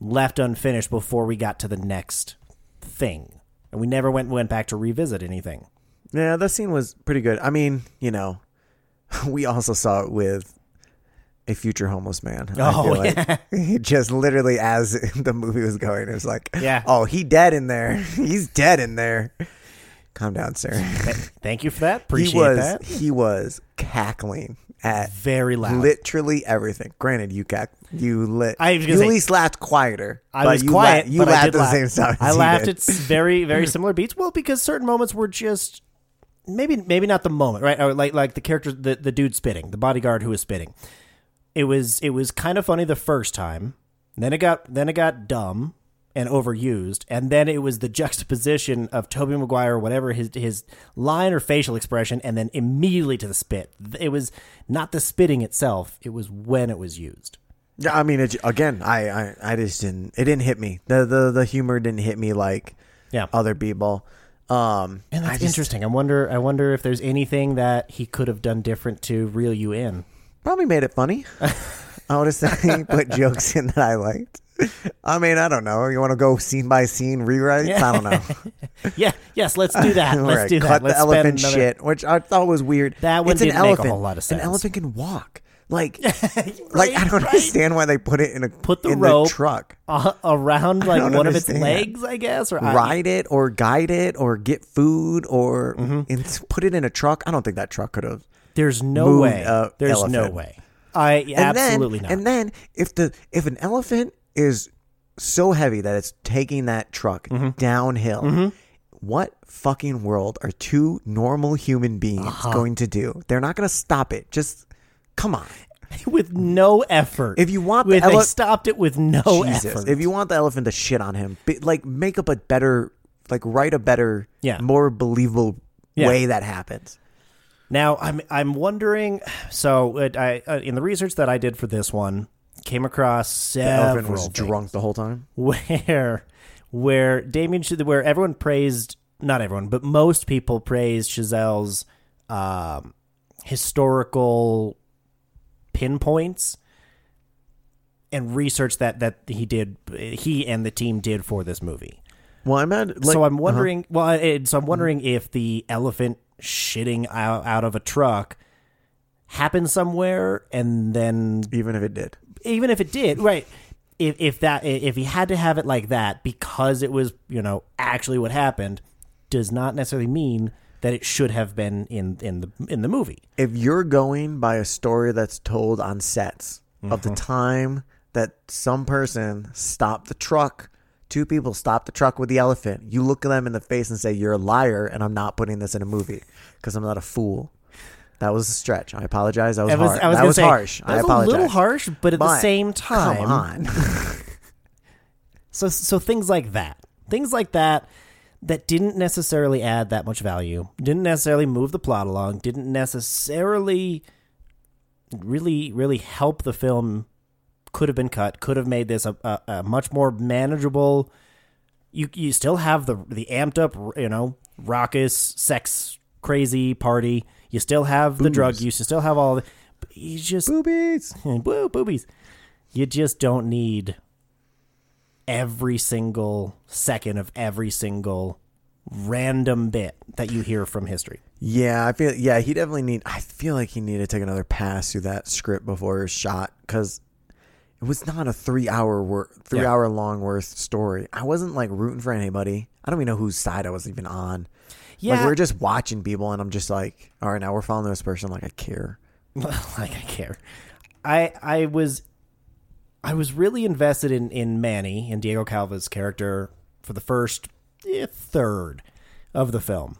Speaker 1: left unfinished before we got to the next thing, and we never went went back to revisit anything.
Speaker 2: Yeah, that scene was pretty good. I mean, you know, we also saw it with a future homeless man. I
Speaker 1: Oh,
Speaker 2: feel like. just literally as the movie was going, it was like,
Speaker 1: Yeah.
Speaker 2: oh, he dead in there. He's dead in there. Calm down, sir.
Speaker 1: Thank you for that. Appreciate
Speaker 2: he was
Speaker 1: that.
Speaker 2: he was cackling at
Speaker 1: Very loud.
Speaker 2: literally everything. Granted, you cack, you lit.
Speaker 1: I was gonna
Speaker 2: you
Speaker 1: say-
Speaker 2: at least laughed quieter.
Speaker 1: I
Speaker 2: but
Speaker 1: was
Speaker 2: you
Speaker 1: quiet.
Speaker 2: La- you
Speaker 1: but
Speaker 2: laughed
Speaker 1: I
Speaker 2: at
Speaker 1: did
Speaker 2: the
Speaker 1: laugh.
Speaker 2: same time.
Speaker 1: I
Speaker 2: as he
Speaker 1: laughed
Speaker 2: did.
Speaker 1: at s- very very similar beats. Well, because certain moments were just maybe maybe not the moment, right? Or like like the character the, the dude spitting, the bodyguard who was spitting. It was it was kind of funny the first time. Then it got then it got dumb and overused, and then it was the juxtaposition of Toby Maguire, whatever his his line or facial expression, and then immediately to the spit. It was not the spitting itself; it was when it was used.
Speaker 2: Yeah, I mean, it, again, I, I, I just didn't. It didn't hit me. the the The humor didn't hit me like
Speaker 1: Yeah.
Speaker 2: other people. Um,
Speaker 1: And
Speaker 2: I
Speaker 1: that's
Speaker 2: just-
Speaker 1: interesting. I wonder. I wonder if there's anything that he could have done different to reel you in.
Speaker 2: probably made it funny. I would have said put jokes in that I liked. I mean, I don't know. You want to go scene by scene rewrites? I don't know.
Speaker 1: Yeah. Yes. Let's do that.
Speaker 2: All
Speaker 1: Let's
Speaker 2: right,
Speaker 1: do that.
Speaker 2: Cut
Speaker 1: Let's
Speaker 2: the
Speaker 1: spend
Speaker 2: elephant
Speaker 1: another-
Speaker 2: shit, which I thought was weird.
Speaker 1: That one
Speaker 2: it's an
Speaker 1: didn't make a
Speaker 2: elephant.
Speaker 1: whole lot of sense.
Speaker 2: An elephant can walk. Like, like I don't understand why they put it in a
Speaker 1: Put the
Speaker 2: in
Speaker 1: rope
Speaker 2: the truck,
Speaker 1: uh, around like
Speaker 2: don't
Speaker 1: one of its
Speaker 2: understand.
Speaker 1: legs, I guess, or I-
Speaker 2: ride it or guide it or get food or
Speaker 1: Mm-hmm.
Speaker 2: and put it in a truck. I don't think that truck could have.
Speaker 1: There's no
Speaker 2: Moon,
Speaker 1: way.
Speaker 2: uh,
Speaker 1: There's no
Speaker 2: elephant.
Speaker 1: way. I
Speaker 2: And then-
Speaker 1: absolutely not.
Speaker 2: And then if the if an elephant is so heavy that it's taking that truck
Speaker 1: Mm-hmm.
Speaker 2: downhill, what fucking world are two normal human beings
Speaker 1: Uh-huh.
Speaker 2: going to do? They're not going to stop it. Just come on.
Speaker 1: with no effort.
Speaker 2: If you want the
Speaker 1: with, they
Speaker 2: ele-
Speaker 1: stopped it with no
Speaker 2: Jesus.
Speaker 1: Oh, effort.
Speaker 2: If you want the elephant to shit on him, be, like make up a better like write a better
Speaker 1: Yeah.
Speaker 2: more believable
Speaker 1: Yeah.
Speaker 2: way that happens.
Speaker 1: Now I'm I'm wondering. So it, I uh, in the research that I did for this one came across
Speaker 2: The
Speaker 1: several
Speaker 2: elephant was
Speaker 1: things
Speaker 2: drunk the whole time.
Speaker 1: where where Damien Ch- where everyone praised not everyone but most people praised Chazelle's um, historical pinpoints and research that that he did he and the team did for this movie
Speaker 2: Well, I'm at, like,
Speaker 1: so I'm wondering. Well, I- it, so I'm wondering if the elephant shitting out, out of a truck happened somewhere, and then
Speaker 2: even if it did.
Speaker 1: even if it did, right? If if that if he had to have it like that because it was you know actually what happened, does not necessarily mean that it should have been in in the in the movie.
Speaker 2: if you're going by a story that's told on sets of
Speaker 1: Mm-hmm.
Speaker 2: the time that some person stopped the truck, two people stopped the truck with the elephant, you look at them in the face and say, You're a liar, and I'm not putting this in a movie because I'm not a fool. That was a stretch. I apologize. That was,
Speaker 1: I was,
Speaker 2: hard.
Speaker 1: I was,
Speaker 2: that
Speaker 1: gonna
Speaker 2: was
Speaker 1: say,
Speaker 2: harsh.
Speaker 1: That
Speaker 2: I
Speaker 1: was
Speaker 2: apologize.
Speaker 1: a little harsh, but at the
Speaker 2: But,
Speaker 1: same time,
Speaker 2: Come on.
Speaker 1: So so things like that. Things like that that didn't necessarily add that much value, didn't necessarily move the plot along, didn't necessarily really really help the film could have been cut, could have made this a, a, a much more manageable you you still have the the amped up, you know, raucous sex crazy party. You still have the drug use, you still have all the but you just
Speaker 2: Boobies.
Speaker 1: Woo, Hmm, boobies. You just don't need every single second of every single random bit that you hear from history.
Speaker 2: Yeah, I feel. Yeah, he definitely need. I feel like he needed to take another pass through that script before it was shot because it was not a three hour work, three
Speaker 1: Yeah.
Speaker 2: hour long worth story. I wasn't like rooting for anybody. I don't even know whose side I was even on.
Speaker 1: Yeah.
Speaker 2: like, we we're just watching people, and I'm just like, all right, now we're following this person. Like I care.
Speaker 1: like I care. I I was I was really invested in in Manny and Diego Calva's character for the first eh, third of the film.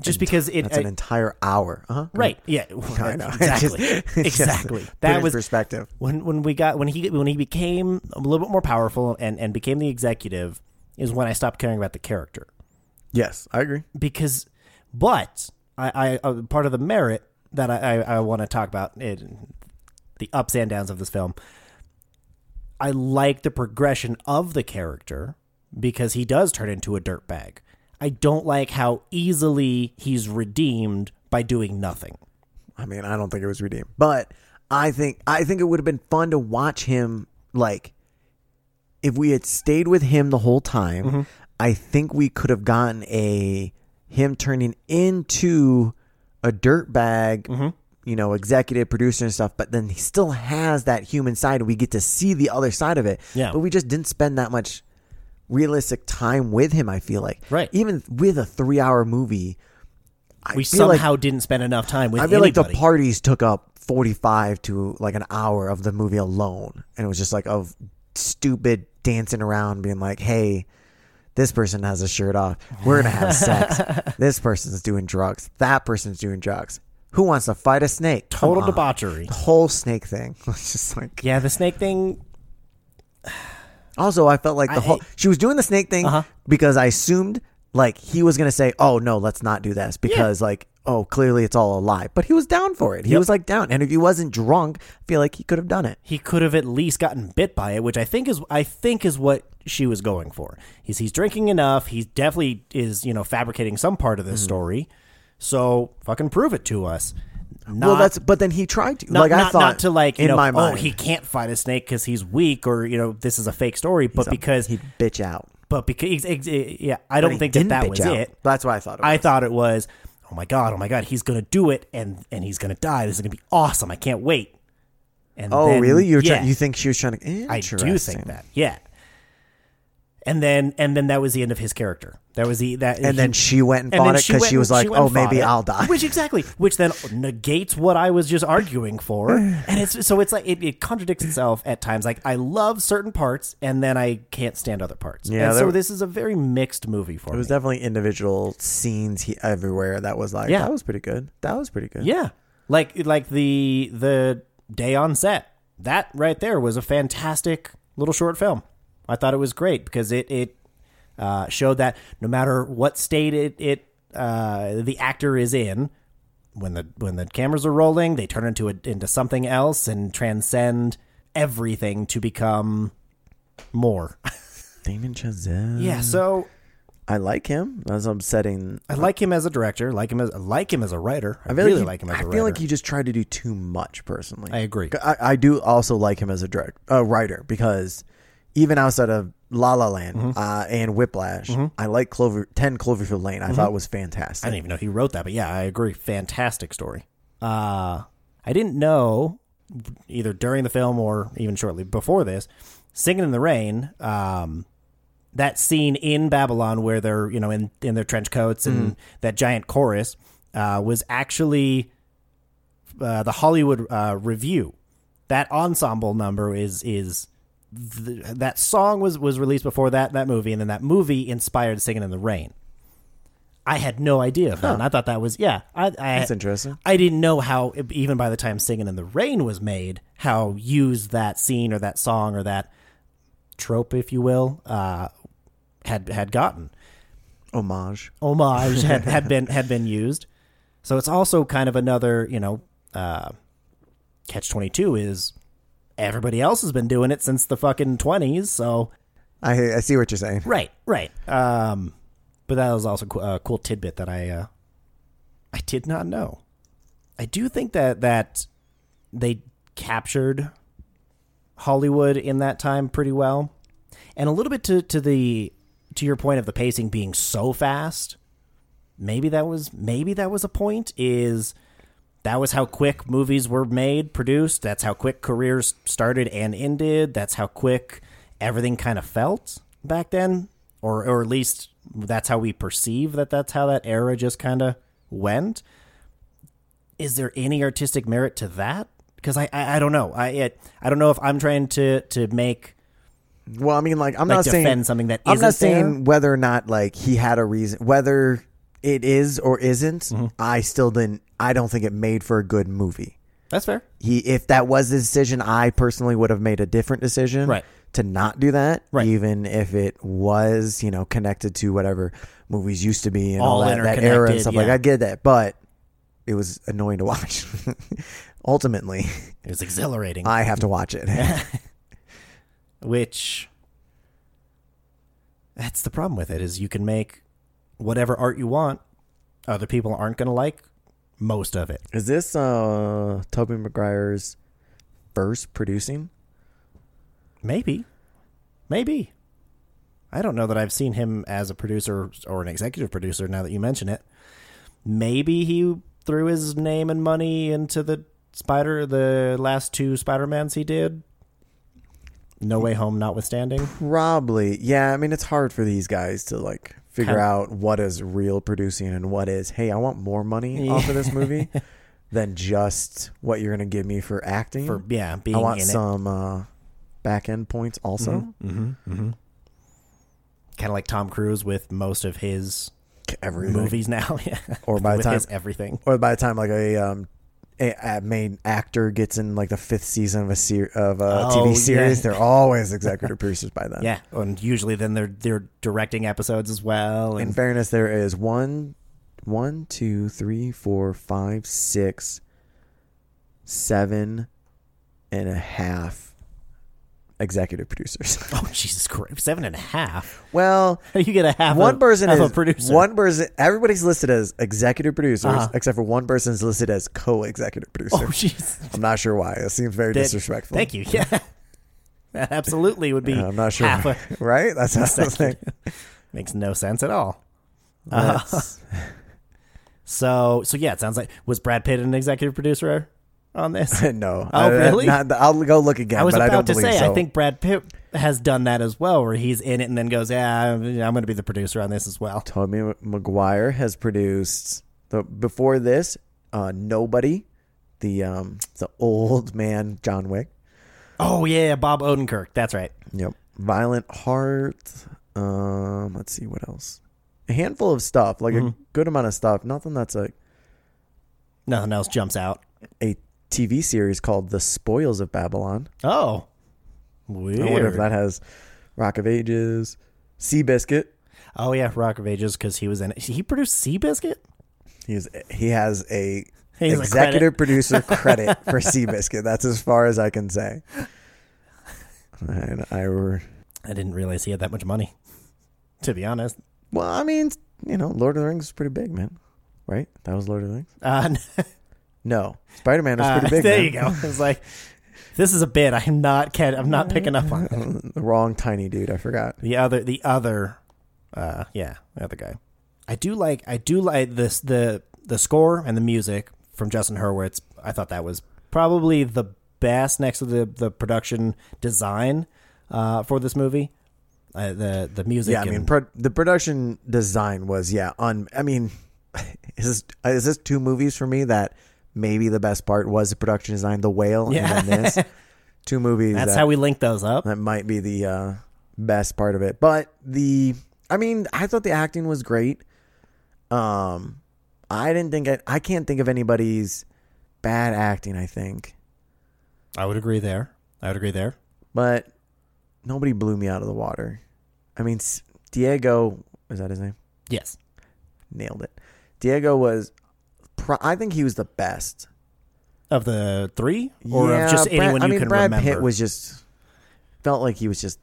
Speaker 1: Just because it
Speaker 2: That's an
Speaker 1: I-
Speaker 2: entire hour, huh?
Speaker 1: right yeah
Speaker 2: I know.
Speaker 1: exactly
Speaker 2: Just- just
Speaker 1: exactly
Speaker 2: put it
Speaker 1: that
Speaker 2: in
Speaker 1: was
Speaker 2: perspective.
Speaker 1: when when we got when he when he became a little bit more powerful and and became the executive is when I stopped caring about the character
Speaker 2: Yes, I agree. because
Speaker 1: because but I, I uh, part of the merit that I I, I want to talk about it the ups and downs of this film I like the progression of the character because he does turn into a dirtbag. I don't like how easily he's redeemed by doing nothing.
Speaker 2: I mean, I don't think it was redeemed, but I think I think it would have been fun to watch him like if we had stayed with him the whole time.
Speaker 1: Mm-hmm.
Speaker 2: I think we could have gotten a him turning into a dirtbag,
Speaker 1: Mm-hmm.
Speaker 2: you know, executive producer and stuff, but then he still has that human side and we get to see the other side of it.
Speaker 1: Yeah.
Speaker 2: But we just didn't spend that much realistic time with him, I feel like.
Speaker 1: Right.
Speaker 2: Even with a 3-hour movie, I
Speaker 1: We
Speaker 2: feel like
Speaker 1: somehow didn't spend enough time with
Speaker 2: I feel like the
Speaker 1: anybody.
Speaker 2: parties took up 45 to like an hour of the movie alone. And it was just like of stupid dancing around, being like, hey, this person has a shirt off. We're going to have sex. This person's doing drugs. That person's doing drugs. Who wants to fight a snake? Come
Speaker 1: total
Speaker 2: on.
Speaker 1: debauchery.
Speaker 2: The whole snake thing was just like.
Speaker 1: Yeah, the snake thing.
Speaker 2: Also, I felt like the
Speaker 1: I- Uh-huh.
Speaker 2: whole. She was doing the snake thing because I assumed like he was going to say, oh, no, let's not do this because like, oh, clearly it's all a lie. But he was down for it. He was like down. And if he wasn't drunk, I feel like he could have done it.
Speaker 1: He could have at least gotten bit by it, which I think is I think is what she was going for. He's he's drinking enough. He definitely is you know fabricating some part of
Speaker 2: Mm-hmm.
Speaker 1: this story. So fucking prove it to us. Not,
Speaker 2: well, that's. But then he tried to.
Speaker 1: not,
Speaker 2: like,
Speaker 1: not,
Speaker 2: I thought.
Speaker 1: not to like you
Speaker 2: in
Speaker 1: know
Speaker 2: my mind,
Speaker 1: oh he can't fight a snake because he's weak or you know this is a fake story, but because
Speaker 2: he'd bitch out.
Speaker 1: but because ex- ex- yeah I don't
Speaker 2: He
Speaker 1: think that
Speaker 2: didn't
Speaker 1: that
Speaker 2: bitch
Speaker 1: was
Speaker 2: out.
Speaker 1: it.
Speaker 2: That's what I thought. It was.
Speaker 1: I thought it was oh my god, oh my god, he's gonna do it, and and he's gonna die. This is gonna be awesome. I can't wait. And
Speaker 2: Oh,
Speaker 1: then-
Speaker 2: really? You're
Speaker 1: yeah,
Speaker 2: try- you think she was trying to?
Speaker 1: I do
Speaker 2: Interesting.
Speaker 1: think that. Yeah. And then and then that was the end of his character. That was the that.
Speaker 2: And then she went and
Speaker 1: and
Speaker 2: bought
Speaker 1: then
Speaker 2: it because
Speaker 1: went
Speaker 2: she
Speaker 1: and-
Speaker 2: was like,
Speaker 1: went
Speaker 2: "Oh,
Speaker 1: and fought
Speaker 2: maybe
Speaker 1: it."
Speaker 2: I'll die."
Speaker 1: Which exactly, which then negates what I was just arguing for, and it's so it's like it, it contradicts itself at times. Like I love certain parts, and then I can't stand other parts.
Speaker 2: Yeah,
Speaker 1: and
Speaker 2: there-
Speaker 1: so this is a very mixed movie for
Speaker 2: It was
Speaker 1: me.
Speaker 2: definitely individual scenes he, everywhere that was like,
Speaker 1: Yeah.
Speaker 2: that was pretty good. That was pretty good.
Speaker 1: yeah, like like the the day on set. That right there was a fantastic little short film. I thought it was great because it it uh, showed that no matter what state it, it uh, the actor is in, when the when the cameras are rolling, they turn into a, into something else and transcend everything to become more.
Speaker 2: Damon Chazelle.
Speaker 1: yeah, so
Speaker 2: I like him. That's upsetting.
Speaker 1: I like him as a director, like him as I like him as a writer. I, really like, him as a
Speaker 2: I
Speaker 1: writer.
Speaker 2: feel like he just tried to do too much personally.
Speaker 1: I agree.
Speaker 2: I, I do also like him as a direct, uh, writer because even outside of La La Land
Speaker 1: Mm-hmm.
Speaker 2: uh, and Whiplash, I like Clover 10 Cloverfield Lane. I thought was fantastic.
Speaker 1: Mm-hmm. I didn't even know he wrote that, but yeah, I agree. Fantastic story. Uh, I didn't know either during the film or even shortly before this, "Singing in the Rain." Um, that scene in Babylon where they're you know in in their trench coats and that giant chorus uh, was actually uh, the Hollywood uh, Review. That ensemble number is is th- that song was was released before that that movie, and then that movie inspired "Singing in the Rain." I had no idea of that, and I thought that was yeah. I, I,
Speaker 2: That's interesting.
Speaker 1: I didn't know how e, even by the time "Singing in the Rain" was made, how used that scene or that song or that trope, if you will, uh, had had gotten
Speaker 2: Homage.
Speaker 1: homage had, had been had been used. So it's also kind of another, you know, uh, catch twenty two is everybody else has been doing it since the fucking twenties. So
Speaker 2: I, I see what you're saying.
Speaker 1: right, right. Um, but that was also co- a cool tidbit that I uh, I did not know. I do think that that they captured Hollywood in that time pretty well, and a little bit to to the to your point of the pacing being so fast. Maybe that was maybe that was a point. Is that was how quick movies were made, produced. That's how quick careers started and ended. That's how quick everything kind of felt back then, or or at least that's how we perceive that. That's how that era just kind of went is there any artistic merit to that? Because I, I I don't know. I it, I don't know if I'm trying to to make
Speaker 2: Well, I mean, like I'm
Speaker 1: Like,
Speaker 2: not saying
Speaker 1: defend something that
Speaker 2: I'm not
Speaker 1: isn't there?
Speaker 2: saying whether or not like he had a reason, whether it is or isn't.
Speaker 1: Mm-hmm.
Speaker 2: I still didn't. I don't think it made for a good movie.
Speaker 1: that's fair.
Speaker 2: He, if that was the decision, I personally would have made a different decision
Speaker 1: Right.
Speaker 2: to not do that,
Speaker 1: Right.
Speaker 2: even if it was you know connected to whatever movies used to be and all,
Speaker 1: All
Speaker 2: that, that era and
Speaker 1: interconnected,
Speaker 2: stuff like.
Speaker 1: yeah.
Speaker 2: I get that, but it was annoying to watch. Ultimately,
Speaker 1: It was exhilarating,
Speaker 2: I have to watch it.
Speaker 1: which that's the problem with it is you can make whatever art you want. Other people aren't going to like most of it.
Speaker 2: Is this uh Toby Maguire's first producing?
Speaker 1: Maybe, maybe. I don't know that I've seen him as a producer or an executive producer. Now that you mention it, maybe he threw his name and money into the spider, the last two Spider Mans he did. No Way Home, notwithstanding.
Speaker 2: Probably. Yeah, I mean it's hard for these guys to like figure
Speaker 1: Kind-
Speaker 2: out what is real producing and what is, hey, I want more money off of this movie than just what you're gonna give me for acting.
Speaker 1: For yeah, being
Speaker 2: I want
Speaker 1: in Mm-hmm.
Speaker 2: some uh back end points also.
Speaker 1: it, kind of like Tom Cruise with most of his
Speaker 2: Everything.
Speaker 1: movies now. yeah.
Speaker 2: Or by the
Speaker 1: with
Speaker 2: time-
Speaker 1: his everything.
Speaker 2: Or by the time like a um a, a main actor gets in like the fifth season of a ser- of a
Speaker 1: Oh, yeah.
Speaker 2: TV series, they're always executive producers by then.
Speaker 1: Yeah, and usually then they're they're directing episodes as well.
Speaker 2: In
Speaker 1: And
Speaker 2: fairness, there is one, one, two, three, four, five, six, seven and a half executive producers.
Speaker 1: oh Jesus Christ, seven and a half.
Speaker 2: well,
Speaker 1: You get a half.
Speaker 2: one
Speaker 1: a,
Speaker 2: person
Speaker 1: half
Speaker 2: is
Speaker 1: a producer.
Speaker 2: one person. Everybody's listed as executive producers,
Speaker 1: Uh-huh.
Speaker 2: except for one person's listed as co-executive
Speaker 1: Oh
Speaker 2: producer.
Speaker 1: jeez.
Speaker 2: I'm not sure why. It seems very
Speaker 1: That-
Speaker 2: disrespectful.
Speaker 1: Thank you. Yeah. That absolutely would be.
Speaker 2: I'm not sure,
Speaker 1: half a-
Speaker 2: right? That's not
Speaker 1: Executive. makes no sense at all.
Speaker 2: That's-
Speaker 1: So so yeah, it sounds like was Brad Pitt an executive producer on this?
Speaker 2: no.
Speaker 1: Oh,
Speaker 2: I-
Speaker 1: really?
Speaker 2: not- I'll go look again,
Speaker 1: I was
Speaker 2: but I
Speaker 1: about
Speaker 2: don't
Speaker 1: to
Speaker 2: believe
Speaker 1: say
Speaker 2: so.
Speaker 1: I think Brad Pitt has done that as well, where he's in it and then goes, "Yeah, I'm going to be the producer on this as well."
Speaker 2: Tommy McGuire has produced the before this uh, Nobody, the um, the old man John Wick.
Speaker 1: Oh yeah, Bob Odenkirk. That's right.
Speaker 2: Yep. Violent Heart. Um, let's see what else. A handful of stuff, like a good amount of stuff. Nothing that's like
Speaker 1: Nothing else jumps out.
Speaker 2: a TV series called The Spoils of Babylon.
Speaker 1: Oh, weird.
Speaker 2: I wonder if that has Rock of Ages, Seabiscuit.
Speaker 1: oh yeah, Rock of Ages because he was in it. He produced Seabiscuit.
Speaker 2: He is he has a
Speaker 1: He has a
Speaker 2: executive producer credit for Seabiscuit. That's as far as I can say. And I were
Speaker 1: I didn't realize he had that much money. To be honest,
Speaker 2: well, I mean, you know, Lord of the Rings is pretty big, man. Right? That was Lord of the Rings.
Speaker 1: uh,
Speaker 2: No, Spider Man was
Speaker 1: uh,
Speaker 2: pretty big.
Speaker 1: there
Speaker 2: man.
Speaker 1: you go. It's like this is a bit I'm not. ca- I'm not picking up on it.
Speaker 2: the wrong tiny dude. I forgot.
Speaker 1: the other. The other. Uh, yeah, the other guy. I do like. I do like this. The the score and the music from Justin Hurwitz. I thought that was probably the best next to the the production design uh, for this movie. Uh, the the music.
Speaker 2: Yeah, I mean,
Speaker 1: and-
Speaker 2: pro- the production design was yeah. On I mean, is this is this two movies for me that maybe the best part was the production design, The Whale,
Speaker 1: Yeah.
Speaker 2: and then this two movies.
Speaker 1: that's
Speaker 2: that,
Speaker 1: how we link those up.
Speaker 2: that might be the uh, best part of it. But the I mean, I thought the acting was great. Um, I didn't think I, I can't think of anybody's bad acting. I think,
Speaker 1: I would agree there. I would agree there.
Speaker 2: but nobody blew me out of the water. I mean, S- Diego is that his name?
Speaker 1: Yes.
Speaker 2: nailed it. Diego was, pro- I think he was the best.
Speaker 1: Of the three, or
Speaker 2: Yeah,
Speaker 1: of just
Speaker 2: Brad-
Speaker 1: anyone
Speaker 2: I
Speaker 1: you
Speaker 2: mean,
Speaker 1: can
Speaker 2: Brad
Speaker 1: remember.
Speaker 2: Pitt was just felt like he was just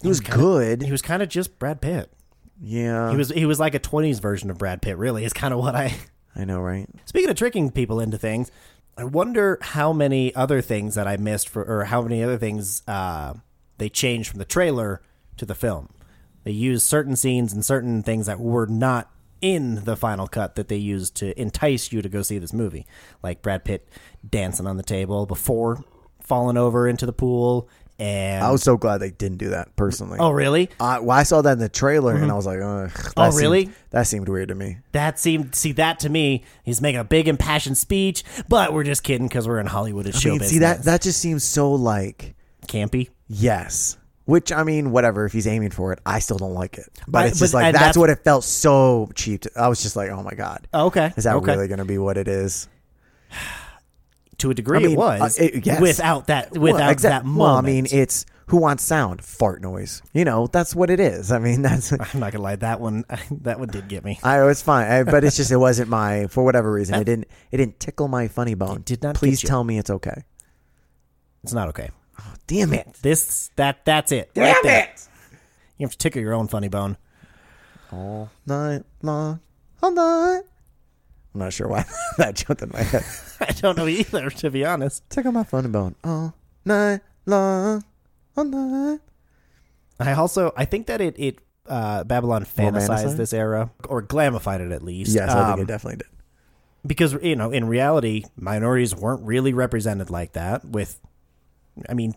Speaker 2: he,
Speaker 1: was
Speaker 2: was,
Speaker 1: kinda-
Speaker 2: good.
Speaker 1: he was kind of just Brad Pitt.
Speaker 2: yeah,
Speaker 1: He was he was like a twenties version of Brad Pitt. Really, is kind of what I.
Speaker 2: I know, right?
Speaker 1: Speaking of tricking people into things, I wonder how many other things that I missed for, or how many other things uh, they changed from the trailer to the film. They used certain scenes and certain things that were not in the final cut that they used to entice you to go see this movie, like Brad Pitt dancing on the table before falling over into the pool. And
Speaker 2: I was so glad they didn't do that personally.
Speaker 1: oh, really?
Speaker 2: I, well, I saw that in the trailer and I was like, Ugh, that
Speaker 1: Oh,
Speaker 2: seemed-
Speaker 1: really?
Speaker 2: that seemed weird to me.
Speaker 1: That seemed see that to me. He's making a big impassioned speech, but we're just kidding because we're in Hollywood and show
Speaker 2: I mean,
Speaker 1: business.
Speaker 2: see that that just seems so like
Speaker 1: campy.
Speaker 2: yes. Which I mean, whatever. If he's aiming for it, I still don't like it. But
Speaker 1: I-
Speaker 2: it's just
Speaker 1: but-
Speaker 2: like
Speaker 1: and
Speaker 2: that's,
Speaker 1: that's-
Speaker 2: what it felt so cheap. To, I was just like, oh my god,
Speaker 1: Okay,
Speaker 2: is that
Speaker 1: okay.
Speaker 2: really going to be what it is?
Speaker 1: to a degree
Speaker 2: I mean,
Speaker 1: it was
Speaker 2: uh, it- yes.
Speaker 1: without that without
Speaker 2: Well, exact-
Speaker 1: that moment.
Speaker 2: Well, I mean, it's who wants sound? Fart noise. You know, that's what it is. I mean, that's.
Speaker 1: I'm not gonna lie, that one that one did get me.
Speaker 2: I was fine, I, but it's just it wasn't my for whatever reason. It didn't. It didn't tickle my funny bone.
Speaker 1: did not
Speaker 2: Please
Speaker 1: get you.
Speaker 2: tell me it's okay.
Speaker 1: It's not okay.
Speaker 2: Damn it!
Speaker 1: This that that's it. Damn right there. it! You have to tickle your own funny bone.
Speaker 2: All night long, all night. I'm not sure why that jumped in my head.
Speaker 1: I don't know either, to be honest.
Speaker 2: Tickle my funny bone all night long, all night.
Speaker 1: I also I think that it it uh, Babylon fantasized
Speaker 2: Romanticized?
Speaker 1: this era or glamified it at least.
Speaker 2: Yes, I
Speaker 1: Um,
Speaker 2: think it definitely did.
Speaker 1: because you know in reality minorities weren't really represented like that with i mean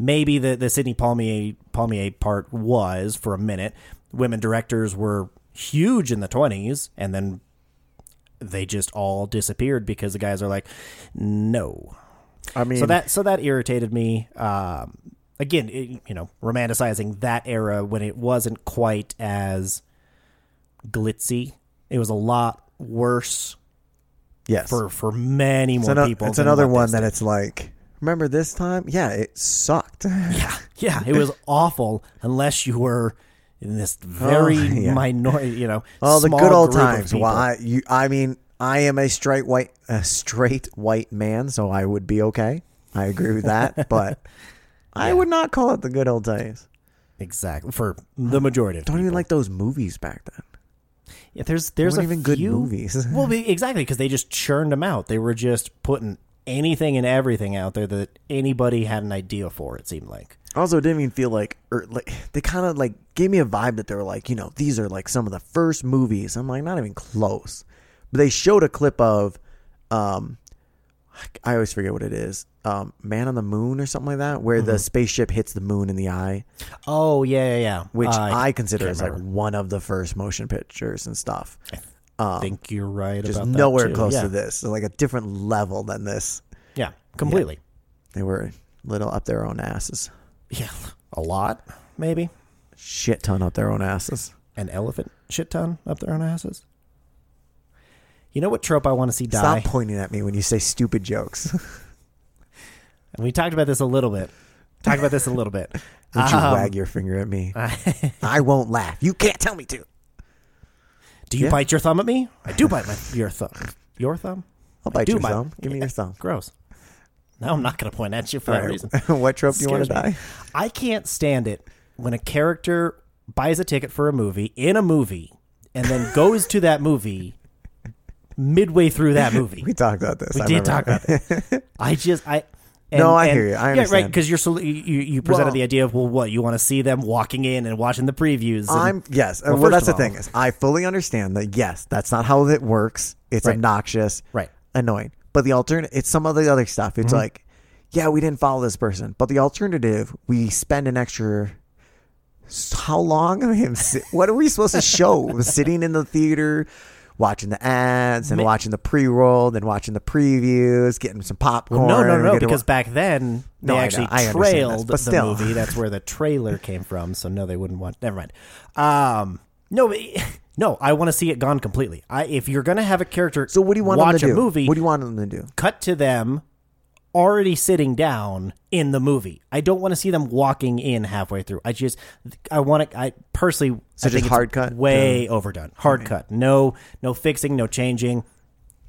Speaker 1: maybe the the sidney palmier palmier part was for a minute women directors were huge in the 20s and then they just all disappeared because the guys are like no
Speaker 2: I mean,
Speaker 1: so that so that irritated me um again it, you know romanticizing that era when it wasn't quite as glitzy it was a lot worse
Speaker 2: yes.
Speaker 1: for for many more
Speaker 2: it's, ano-
Speaker 1: people.
Speaker 2: it's
Speaker 1: than
Speaker 2: another
Speaker 1: what
Speaker 2: one
Speaker 1: this
Speaker 2: that
Speaker 1: did.
Speaker 2: it's like. Remember this time? Yeah, it sucked.
Speaker 1: yeah, it was awful unless you were in this very
Speaker 2: Oh, yeah.
Speaker 1: minority, you know,
Speaker 2: Oh, the
Speaker 1: small
Speaker 2: good old
Speaker 1: group of
Speaker 2: times.
Speaker 1: people.
Speaker 2: Well, I, you, I mean, I am a straight white, a straight white man, so I would be okay. I agree with that, but I would not call it the good old days.
Speaker 1: exactly for the majority. Of
Speaker 2: Don't even
Speaker 1: people.
Speaker 2: like those movies back then.
Speaker 1: Yeah, there's there's a
Speaker 2: weren't even good
Speaker 1: few-
Speaker 2: movies.
Speaker 1: well, be- exactly because they just churned them out. They were just putting anything and everything out there that anybody had an idea for. It seemed like.
Speaker 2: Also, it didn't even feel like, or like they kind of like gave me a vibe that they were like, you know, these are like some of the first movies. I'm like, not even close. they showed a clip of, um, I always forget what it is, um, Man on the Moon or something like that, where
Speaker 1: Mm-hmm.
Speaker 2: the spaceship hits the moon in the eye,
Speaker 1: Oh yeah, yeah, yeah.
Speaker 2: which
Speaker 1: Uh,
Speaker 2: I consider
Speaker 1: can't
Speaker 2: is like
Speaker 1: remember.
Speaker 2: one of the first motion pictures and stuff.
Speaker 1: I think you're right.
Speaker 2: um, Just
Speaker 1: about that,
Speaker 2: nowhere
Speaker 1: too.
Speaker 2: close
Speaker 1: yeah.
Speaker 2: to this, so like a different level than this.
Speaker 1: Yeah, completely.
Speaker 2: They were a little up their own asses,
Speaker 1: Yeah, a lot maybe.
Speaker 2: shit ton up their own asses.
Speaker 1: An elephant shit ton up their own asses. You know what trope I want to see die?
Speaker 2: Stop pointing at me when you say stupid jokes.
Speaker 1: And we talked about this a little bit. Talked about this a little bit.
Speaker 2: Don't you
Speaker 1: Um,
Speaker 2: wag your finger at me. I won't laugh. You can't tell me to.
Speaker 1: Do you
Speaker 2: Yeah.
Speaker 1: bite your thumb at me? I do bite my your thumb. Your thumb?
Speaker 2: I'll bite
Speaker 1: do
Speaker 2: your
Speaker 1: my-
Speaker 2: thumb. Give me your thumb.
Speaker 1: Gross. No, I'm not going to point at you for
Speaker 2: All
Speaker 1: that
Speaker 2: right.
Speaker 1: reason.
Speaker 2: what trope do you want to
Speaker 1: Scares me.
Speaker 2: die?
Speaker 1: I can't stand it when a character buys a ticket for a movie in a movie and then goes to that movie midway through that movie.
Speaker 2: We talked about this.
Speaker 1: We
Speaker 2: I
Speaker 1: did
Speaker 2: remember.
Speaker 1: talk about this. I just I. And,
Speaker 2: No, I
Speaker 1: and-
Speaker 2: hear you. I
Speaker 1: Yeah, right.
Speaker 2: understand.
Speaker 1: Because you're sol- you you you presented
Speaker 2: Well-
Speaker 1: the idea of well, what you want to see them walking in and watching the previews. and-
Speaker 2: I'm yes. Well,
Speaker 1: first
Speaker 2: that's the
Speaker 1: of all-
Speaker 2: thing is, I fully understand that. Yes, that's not how it works. It's
Speaker 1: Right.
Speaker 2: obnoxious,
Speaker 1: Right. Mm-hmm.
Speaker 2: Annoying. But the alternate, it's some of the other stuff. It's like, yeah, we didn't follow this person, but the alternative, we spend an extra. s- How long of him? si- what are we supposed to show? Sitting in the theater, watching the ads and watching the pre-roll, then watching the previews, getting some popcorn.
Speaker 1: no, no,
Speaker 2: we
Speaker 1: no.
Speaker 2: get to-
Speaker 1: Because back then they
Speaker 2: No, I know.
Speaker 1: actually
Speaker 2: I understand this,
Speaker 1: trailed
Speaker 2: but
Speaker 1: the
Speaker 2: still.
Speaker 1: movie. That's where the trailer came from. So no, they wouldn't want. Never mind. Um, no, but- no. I want to see it gone completely. I if you're gonna have a character,
Speaker 2: so what do you want
Speaker 1: watch
Speaker 2: them to
Speaker 1: a
Speaker 2: do?
Speaker 1: movie?
Speaker 2: What do you want them to do?
Speaker 1: cut to them already sitting down in the movie. I don't want to see them walking in halfway through. I just I want to I personally
Speaker 2: So
Speaker 1: I think
Speaker 2: just
Speaker 1: it's
Speaker 2: hard cut
Speaker 1: way overdone. Hard cut. No no fixing, no changing.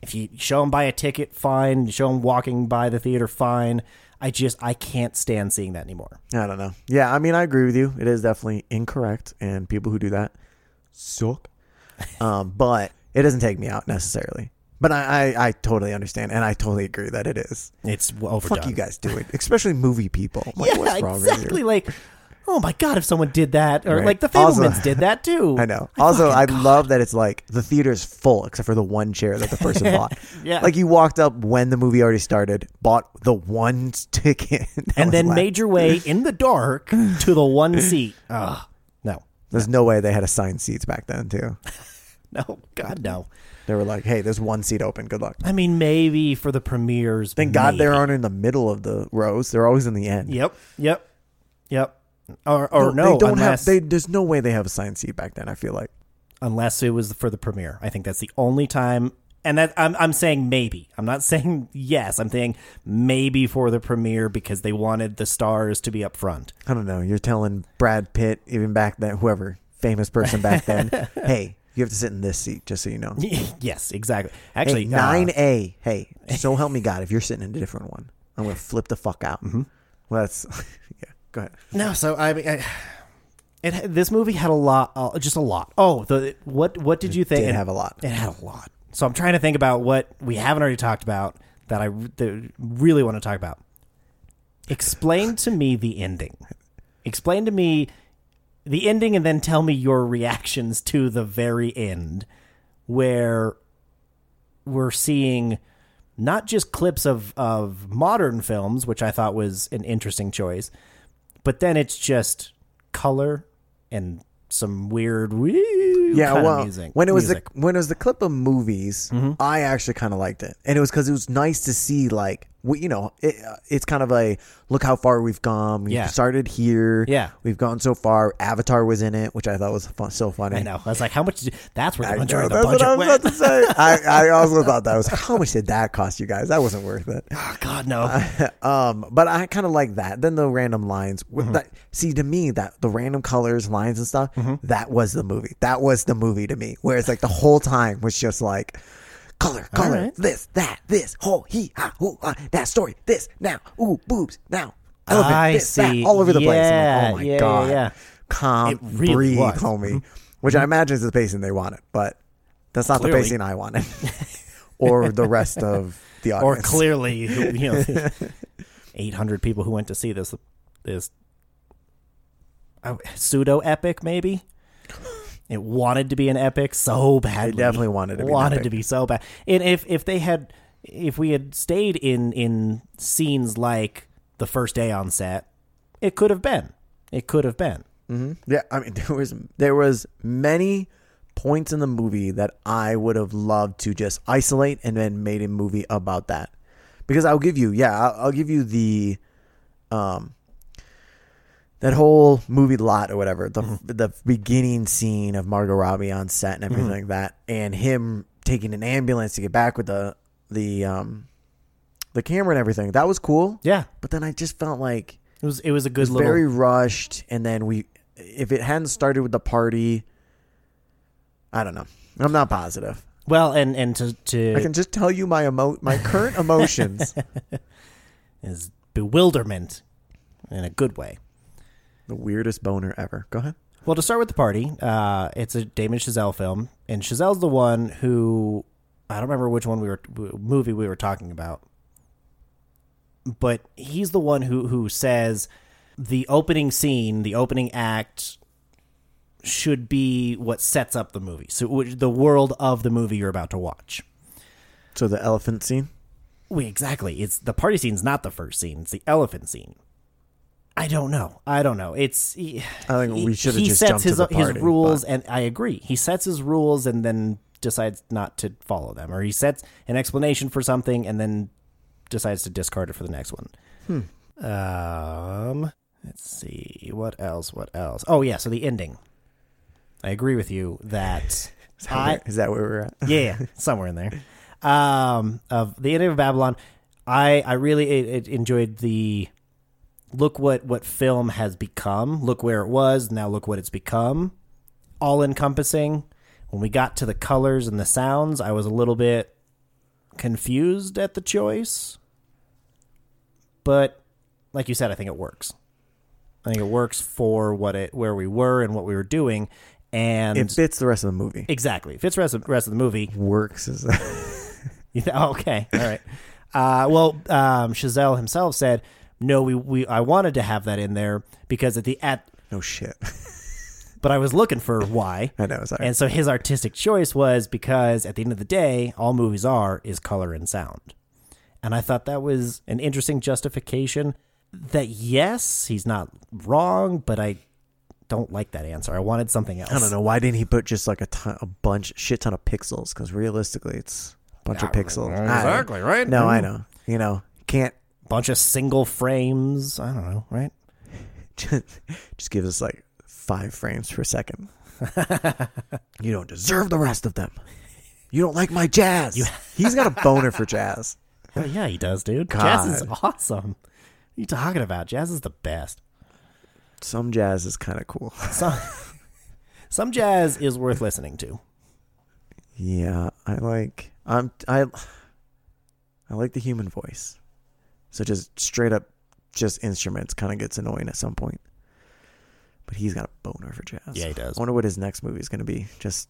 Speaker 1: If you show them buy a ticket fine, you show them walking by the theater fine. I just I can't stand seeing that anymore.
Speaker 2: I don't know. Yeah, I mean, I agree with you. It is definitely incorrect, and people who do that suck. um, but it doesn't take me out necessarily. But I, I, I totally understand, and I totally agree that it is.
Speaker 1: It's w- overdone.
Speaker 2: Fuck you guys do it, especially movie people. I'm Like,
Speaker 1: Yeah,
Speaker 2: what's wrong
Speaker 1: exactly.
Speaker 2: With
Speaker 1: Like oh my god, if someone did that or
Speaker 2: Right.
Speaker 1: like the
Speaker 2: Also-
Speaker 1: Fablemans did that too.
Speaker 2: you? I know. Also, I love that it's like the theater's full except for the one chair that the person bought.
Speaker 1: Yeah.
Speaker 2: Like you walked up when the movie already started, bought the one ticket, that
Speaker 1: and
Speaker 2: was
Speaker 1: then
Speaker 2: left.
Speaker 1: made your way in the dark to the one seat. Ugh. No,
Speaker 2: There's no way they had assigned seats back then, too.
Speaker 1: no, God, no.
Speaker 2: They were like, "Hey, there's one seat open. Good luck."
Speaker 1: I mean, maybe for the premieres.
Speaker 2: Thank God they
Speaker 1: maybe.
Speaker 2: aren't in the middle of the rows. They're always in the end.
Speaker 1: Yep, yep, yep. Or, or Oh, no,
Speaker 2: they don't
Speaker 1: unless
Speaker 2: have. They, there's no way they have a signed seat back then. I feel like
Speaker 1: unless it was for the premiere. I think that's the only time. And that I'm I'm saying maybe. I'm not saying yes. I'm saying maybe for the premiere because they wanted the stars to be up front.
Speaker 2: I don't know. You're telling Brad Pitt, even back then, whoever famous person back then, hey, you have to sit in this seat, just so you know.
Speaker 1: yes, exactly.
Speaker 2: Hey,
Speaker 1: Actually, uh,
Speaker 2: nine A. Hey, so help me God, if you're sitting in a different one, I'm gonna flip the fuck out.
Speaker 1: Mm-hmm.
Speaker 2: Well, that's yeah. Go ahead.
Speaker 1: No, so I, I it this movie had a lot, uh, just a lot. Oh, the what what did you think?
Speaker 2: did have a lot.
Speaker 1: It had a lot. So I'm trying to think about what we haven't already talked about that I re- that really want to talk about. Explain to me the ending. Explain to me the ending, and then tell me your reactions to the very end, where we're seeing not just clips of of modern films, which I thought was an interesting choice, but then it's just color and some weird woo
Speaker 2: yeah,
Speaker 1: kind
Speaker 2: well,
Speaker 1: of music.
Speaker 2: when it was
Speaker 1: music. Mm-hmm.
Speaker 2: the when it was the clip of movies, I actually kind of liked it, and it was because it was nice to see like we, you know, it, uh, it's kind of a look how far we've come. We
Speaker 1: Yeah.
Speaker 2: started here,
Speaker 1: Yeah.
Speaker 2: we've gone so far. Avatar was in it, which I thought was fun, so funny.
Speaker 1: I know. I was like, how much? Did you, that's where the
Speaker 2: I know,
Speaker 1: majority
Speaker 2: that's
Speaker 1: of the
Speaker 2: what I
Speaker 1: budget
Speaker 2: was about
Speaker 1: went.
Speaker 2: to say. I, I also thought that I was like, how much did that cost you guys? That wasn't worth it.
Speaker 1: Oh, God, no.
Speaker 2: um, but I kind of like that. Then the random lines. with
Speaker 1: Mm-hmm.
Speaker 2: That, see, to me, that the random colors, lines, and stuff.
Speaker 1: Mm-hmm.
Speaker 2: That was the movie. That was the movie to me. Whereas like the whole time was just like color, color,
Speaker 1: right.
Speaker 2: this, that, this, ho, he, ha, hoo, ah, that story, this, now, ooh, boobs, now, elephant,
Speaker 1: I
Speaker 2: this, that,
Speaker 1: see.
Speaker 2: all over the place.
Speaker 1: Yeah,
Speaker 2: I'm like, oh my
Speaker 1: yeah, yeah,
Speaker 2: god,
Speaker 1: yeah.
Speaker 2: calm,
Speaker 1: It really
Speaker 2: breathe,
Speaker 1: was. Mm-hmm.
Speaker 2: homie. Which I imagine is the pacing they wanted, but that's not
Speaker 1: Clearly.
Speaker 2: the pacing I wanted, or the rest of the
Speaker 1: or
Speaker 2: audience.
Speaker 1: clearly, you know, 800 people who went to see oh, this this pseudo epic, maybe. It wanted to be an epic so badly.
Speaker 2: definitely wanted to be an
Speaker 1: wanted
Speaker 2: epic.
Speaker 1: to be so bad. And if if they had if we had stayed in in scenes like the first day on set, it could have been. It could have been.
Speaker 2: Yeah, I mean there was there was many points in the movie that I would have loved to just isolate and then made a movie about that. Because I'll give you, yeah, I'll, I'll give you the um that whole movie lot or whatever, the the beginning scene of Margot Robbie on set and everything like that and him taking an ambulance to get back with the the um the camera and everything. That was cool.
Speaker 1: Yeah.
Speaker 2: But then I just felt like
Speaker 1: It was it was a good little
Speaker 2: very rushed and then we if it hadn't started with the party i don't know i'm not positive
Speaker 1: Well, and and to to
Speaker 2: i can just tell you my emo- my current emotions
Speaker 1: is bewilderment in a good way.
Speaker 2: the weirdest boner ever go ahead
Speaker 1: Well, to start with the party, uh, it's a Damon Chazelle film, and Chazelle's the one who I don't remember which one we were w- movie we were talking about, but he's the one who who says the opening scene, the opening act should be what sets up the movie. So which- the world of the movie you're about to watch.
Speaker 2: so the elephant scene
Speaker 1: Wait, exactly. It's the party scene's not the first scene. It's the elephant scene. I don't know. I don't know. It's. He,
Speaker 2: I think we should've
Speaker 1: he
Speaker 2: just
Speaker 1: sets
Speaker 2: jumped to
Speaker 1: his
Speaker 2: the party,
Speaker 1: his rules, and I agree. He sets his rules and then decides not to follow them, or he sets an explanation for something and then decides to discard it for the next one.
Speaker 2: Hmm.
Speaker 1: Um, let's see what else. What else? Oh yeah, so the ending. I agree with you that
Speaker 2: is that,
Speaker 1: I
Speaker 2: where, is that where we're at
Speaker 1: yeah, somewhere in there. Um, of the ending of Babylon, I I really it, it enjoyed the look what what film has become. Look where it was now. Look what it's become. All encompassing. When we got to the colors and the sounds, I was a little bit confused at the choice, but like you said, I think it works. I think it works for what it where we were and what we were doing, and
Speaker 2: it fits the rest of the movie
Speaker 1: exactly fits rest of, rest of the movie.
Speaker 2: works is
Speaker 1: You th- oh, okay, all right. Uh, well, um, Chazelle himself said, "No, we, we I wanted to have that in there because at the at,
Speaker 2: no shit
Speaker 1: but I was looking for why,
Speaker 2: i know sorry
Speaker 1: and so his artistic choice was because at the end of the day, all movies are is color and sound, and I thought that was an interesting justification. That yes, he's not wrong, but I don't like that answer. I wanted something else.
Speaker 2: i don't know why didn't he put just like a ton, a bunch shit ton of pixels because realistically it's a bunch of pixels exactly Mm. right no i know you know can't
Speaker 1: Bunch of single frames. I don't know, right?
Speaker 2: just, just gives us like five frames per second. you don't deserve the rest of them. You don't like my jazz. He's got a boner for jazz.
Speaker 1: Oh, yeah, he does, dude. Jazz is awesome. What are you talking about? Jazz is the best.
Speaker 2: Some jazz is kind of cool.
Speaker 1: Some, some jazz is worth listening to.
Speaker 2: Yeah, I like. I'm I. I like the human voice. So just straight up, just instruments kind of gets annoying at some point. But he's got a boner for jazz.
Speaker 1: Yeah, he does.
Speaker 2: I wonder what his next movie is going to be. Just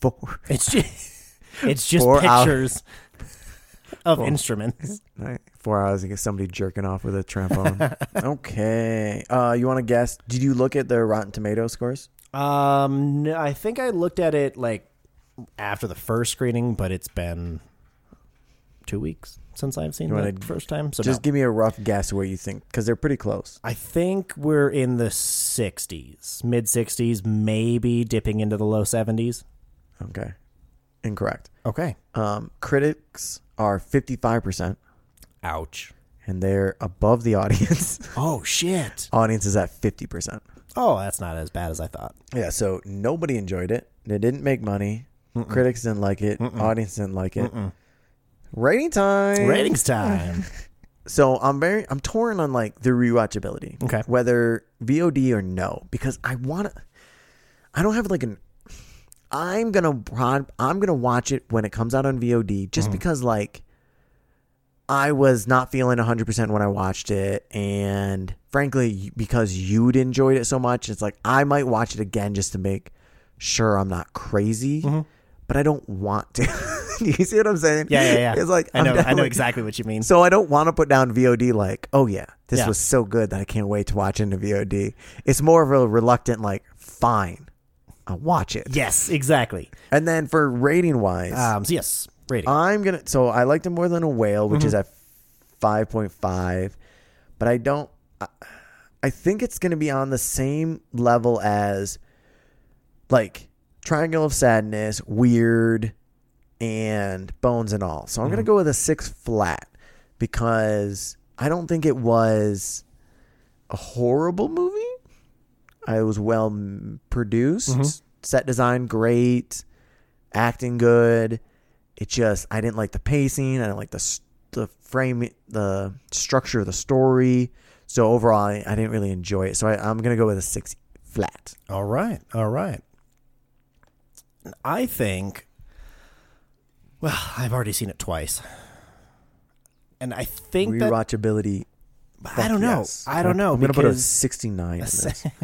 Speaker 2: four.
Speaker 1: It's just, it's just
Speaker 2: Four hours.
Speaker 1: pictures of instruments.
Speaker 2: Right. Four hours and get somebody jerking off with a trombone. okay. Uh, you want to guess? Did you look at their Rotten Tomato scores?
Speaker 1: Um, no, I think I looked at it like after the first screening, but it's been two weeks since I've seen it
Speaker 2: wanna
Speaker 1: the first time. So
Speaker 2: Just
Speaker 1: no.
Speaker 2: give me a rough guess where you think, because they're pretty close.
Speaker 1: I think we're in the 60s, mid 60s, maybe dipping into the low 70s.
Speaker 2: Okay. Incorrect.
Speaker 1: Okay.
Speaker 2: Um, critics are 55%,
Speaker 1: Ouch.
Speaker 2: and they're above the audience.
Speaker 1: Oh, shit.
Speaker 2: audience is at 50%.
Speaker 1: Oh, that's not as bad as I thought.
Speaker 2: Yeah, so nobody enjoyed it. They didn't make money. Critics didn't like it. Audience didn't like it. Rating time.
Speaker 1: Ratings time.
Speaker 2: so I'm very I'm torn on like the rewatchability.
Speaker 1: Okay.
Speaker 2: Whether VOD or no, because I want to. I don't have like an. I'm gonna prod, I'm gonna watch it when it comes out on VOD,
Speaker 1: Mm-hmm.
Speaker 2: just because like. I was not feeling 100% when I watched it. And frankly, because you'd enjoyed it so much, it's like I might watch it again just to make sure I'm not crazy,
Speaker 1: Mm-hmm.
Speaker 2: but I don't want to. you see what I'm saying?
Speaker 1: Yeah, yeah, yeah.
Speaker 2: It's like,
Speaker 1: I
Speaker 2: I'm
Speaker 1: know, I know
Speaker 2: definitely-
Speaker 1: exactly what you mean.
Speaker 2: so I don't want to put down VOD like, oh yeah, this
Speaker 1: Yeah.
Speaker 2: was so good that I can't wait to watch into VOD. It's more of a reluctant like, fine, I'll watch it.
Speaker 1: Yes, exactly.
Speaker 2: And then for rating wise,
Speaker 1: Um, so yes, rating.
Speaker 2: I'm gonna. So I liked it more than a whale, which is at five point five, but I don't. I, I think it's gonna be on the same level as, like, Triangle of Sadness, Weird, and Bones and all. So I'm gonna go with a six flat because I don't think it was a horrible movie. I was well m- produced, set design great, acting good. It just I didn't like the pacing. I didn't like the s- the frame, the structure of the story. So overall, I, I didn't really enjoy it. So I, I'm gonna go with a six flat.
Speaker 1: All right. All right. I think, well, I've already seen it twice. And I think that,
Speaker 2: Rewatchability.
Speaker 1: I don't know.
Speaker 2: yes.
Speaker 1: I don't know.
Speaker 2: I'm gonna put a
Speaker 1: because-
Speaker 2: 69. on this.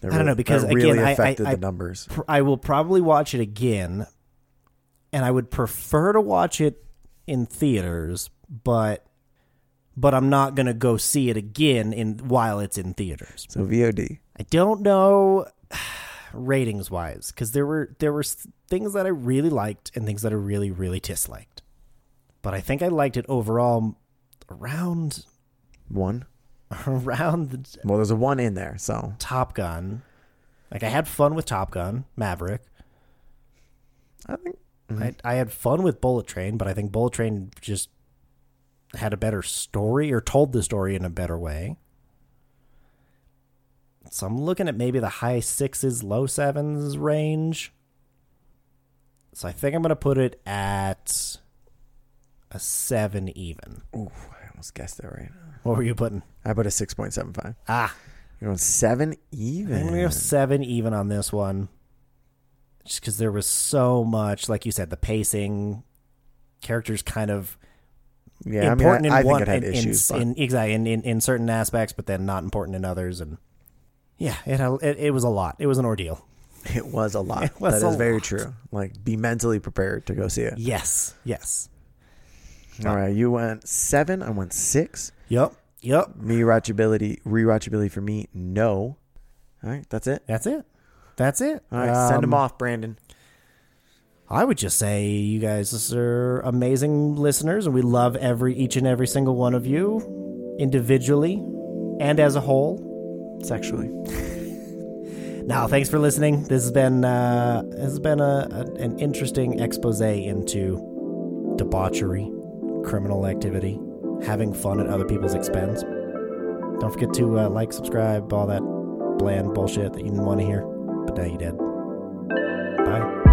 Speaker 2: That
Speaker 1: I don't know,
Speaker 2: really-
Speaker 1: because,
Speaker 2: that really
Speaker 1: again, I- I-
Speaker 2: affected
Speaker 1: I-
Speaker 2: the numbers.
Speaker 1: pr- I will probably watch it again, and I would prefer to watch it in theaters, but but I'm not gonna go see it again in while it's in theaters.
Speaker 2: So VOD.
Speaker 1: I don't know ratings wise because there were there were s- things that I really liked and things that I really really disliked, but I think I liked it overall around
Speaker 2: One.
Speaker 1: around the
Speaker 2: Well, there's a one in there, so
Speaker 1: Top Gun. Like I had fun with Top Gun Maverick.
Speaker 2: I think
Speaker 1: I, I had fun with Bullet Train, but I think Bullet Train just had a better story or told the story in a better way. So I'm looking at maybe the high sixes, low sevens range. So I think I'm going to put it at a seven even.
Speaker 2: Ooh, I almost guessed that right.
Speaker 1: What were you putting?
Speaker 2: I put a six point seven five.
Speaker 1: Ah,
Speaker 2: You're on seven
Speaker 1: I'm going to go
Speaker 2: even.
Speaker 1: seven even on this one. Just because there was so much, like you said, the pacing, characters kind of
Speaker 2: Yeah,
Speaker 1: important
Speaker 2: I mean, I, I
Speaker 1: in one
Speaker 2: think it had
Speaker 1: in,
Speaker 2: issues. but
Speaker 1: in, in exactly in, in, in certain aspects, but then not important in others. And yeah, it it, it was a lot. It was an ordeal.
Speaker 2: it was a lot.
Speaker 1: was
Speaker 2: that
Speaker 1: a
Speaker 2: is very
Speaker 1: lot.
Speaker 2: true. Like, be mentally prepared to go see it.
Speaker 1: Yes, yes.
Speaker 2: All right, you went seven. I went six.
Speaker 1: Yep, yep.
Speaker 2: Rewatchability, rewatchability for me, no. All right, that's it.
Speaker 1: That's it. That's it.
Speaker 2: All right, send them
Speaker 1: Um,
Speaker 2: off, Brandon.
Speaker 1: I would just say you guys are amazing listeners, and we love every each and every single one of you individually and as a whole.
Speaker 2: Sexually,
Speaker 1: Now, thanks for listening. This has been uh, this has been a, a, an interesting expose into debauchery, criminal activity, having fun at other people's expense. Don't forget to uh, like, subscribe, all that bland bullshit that you didn't want to hear, but now you did. Bye.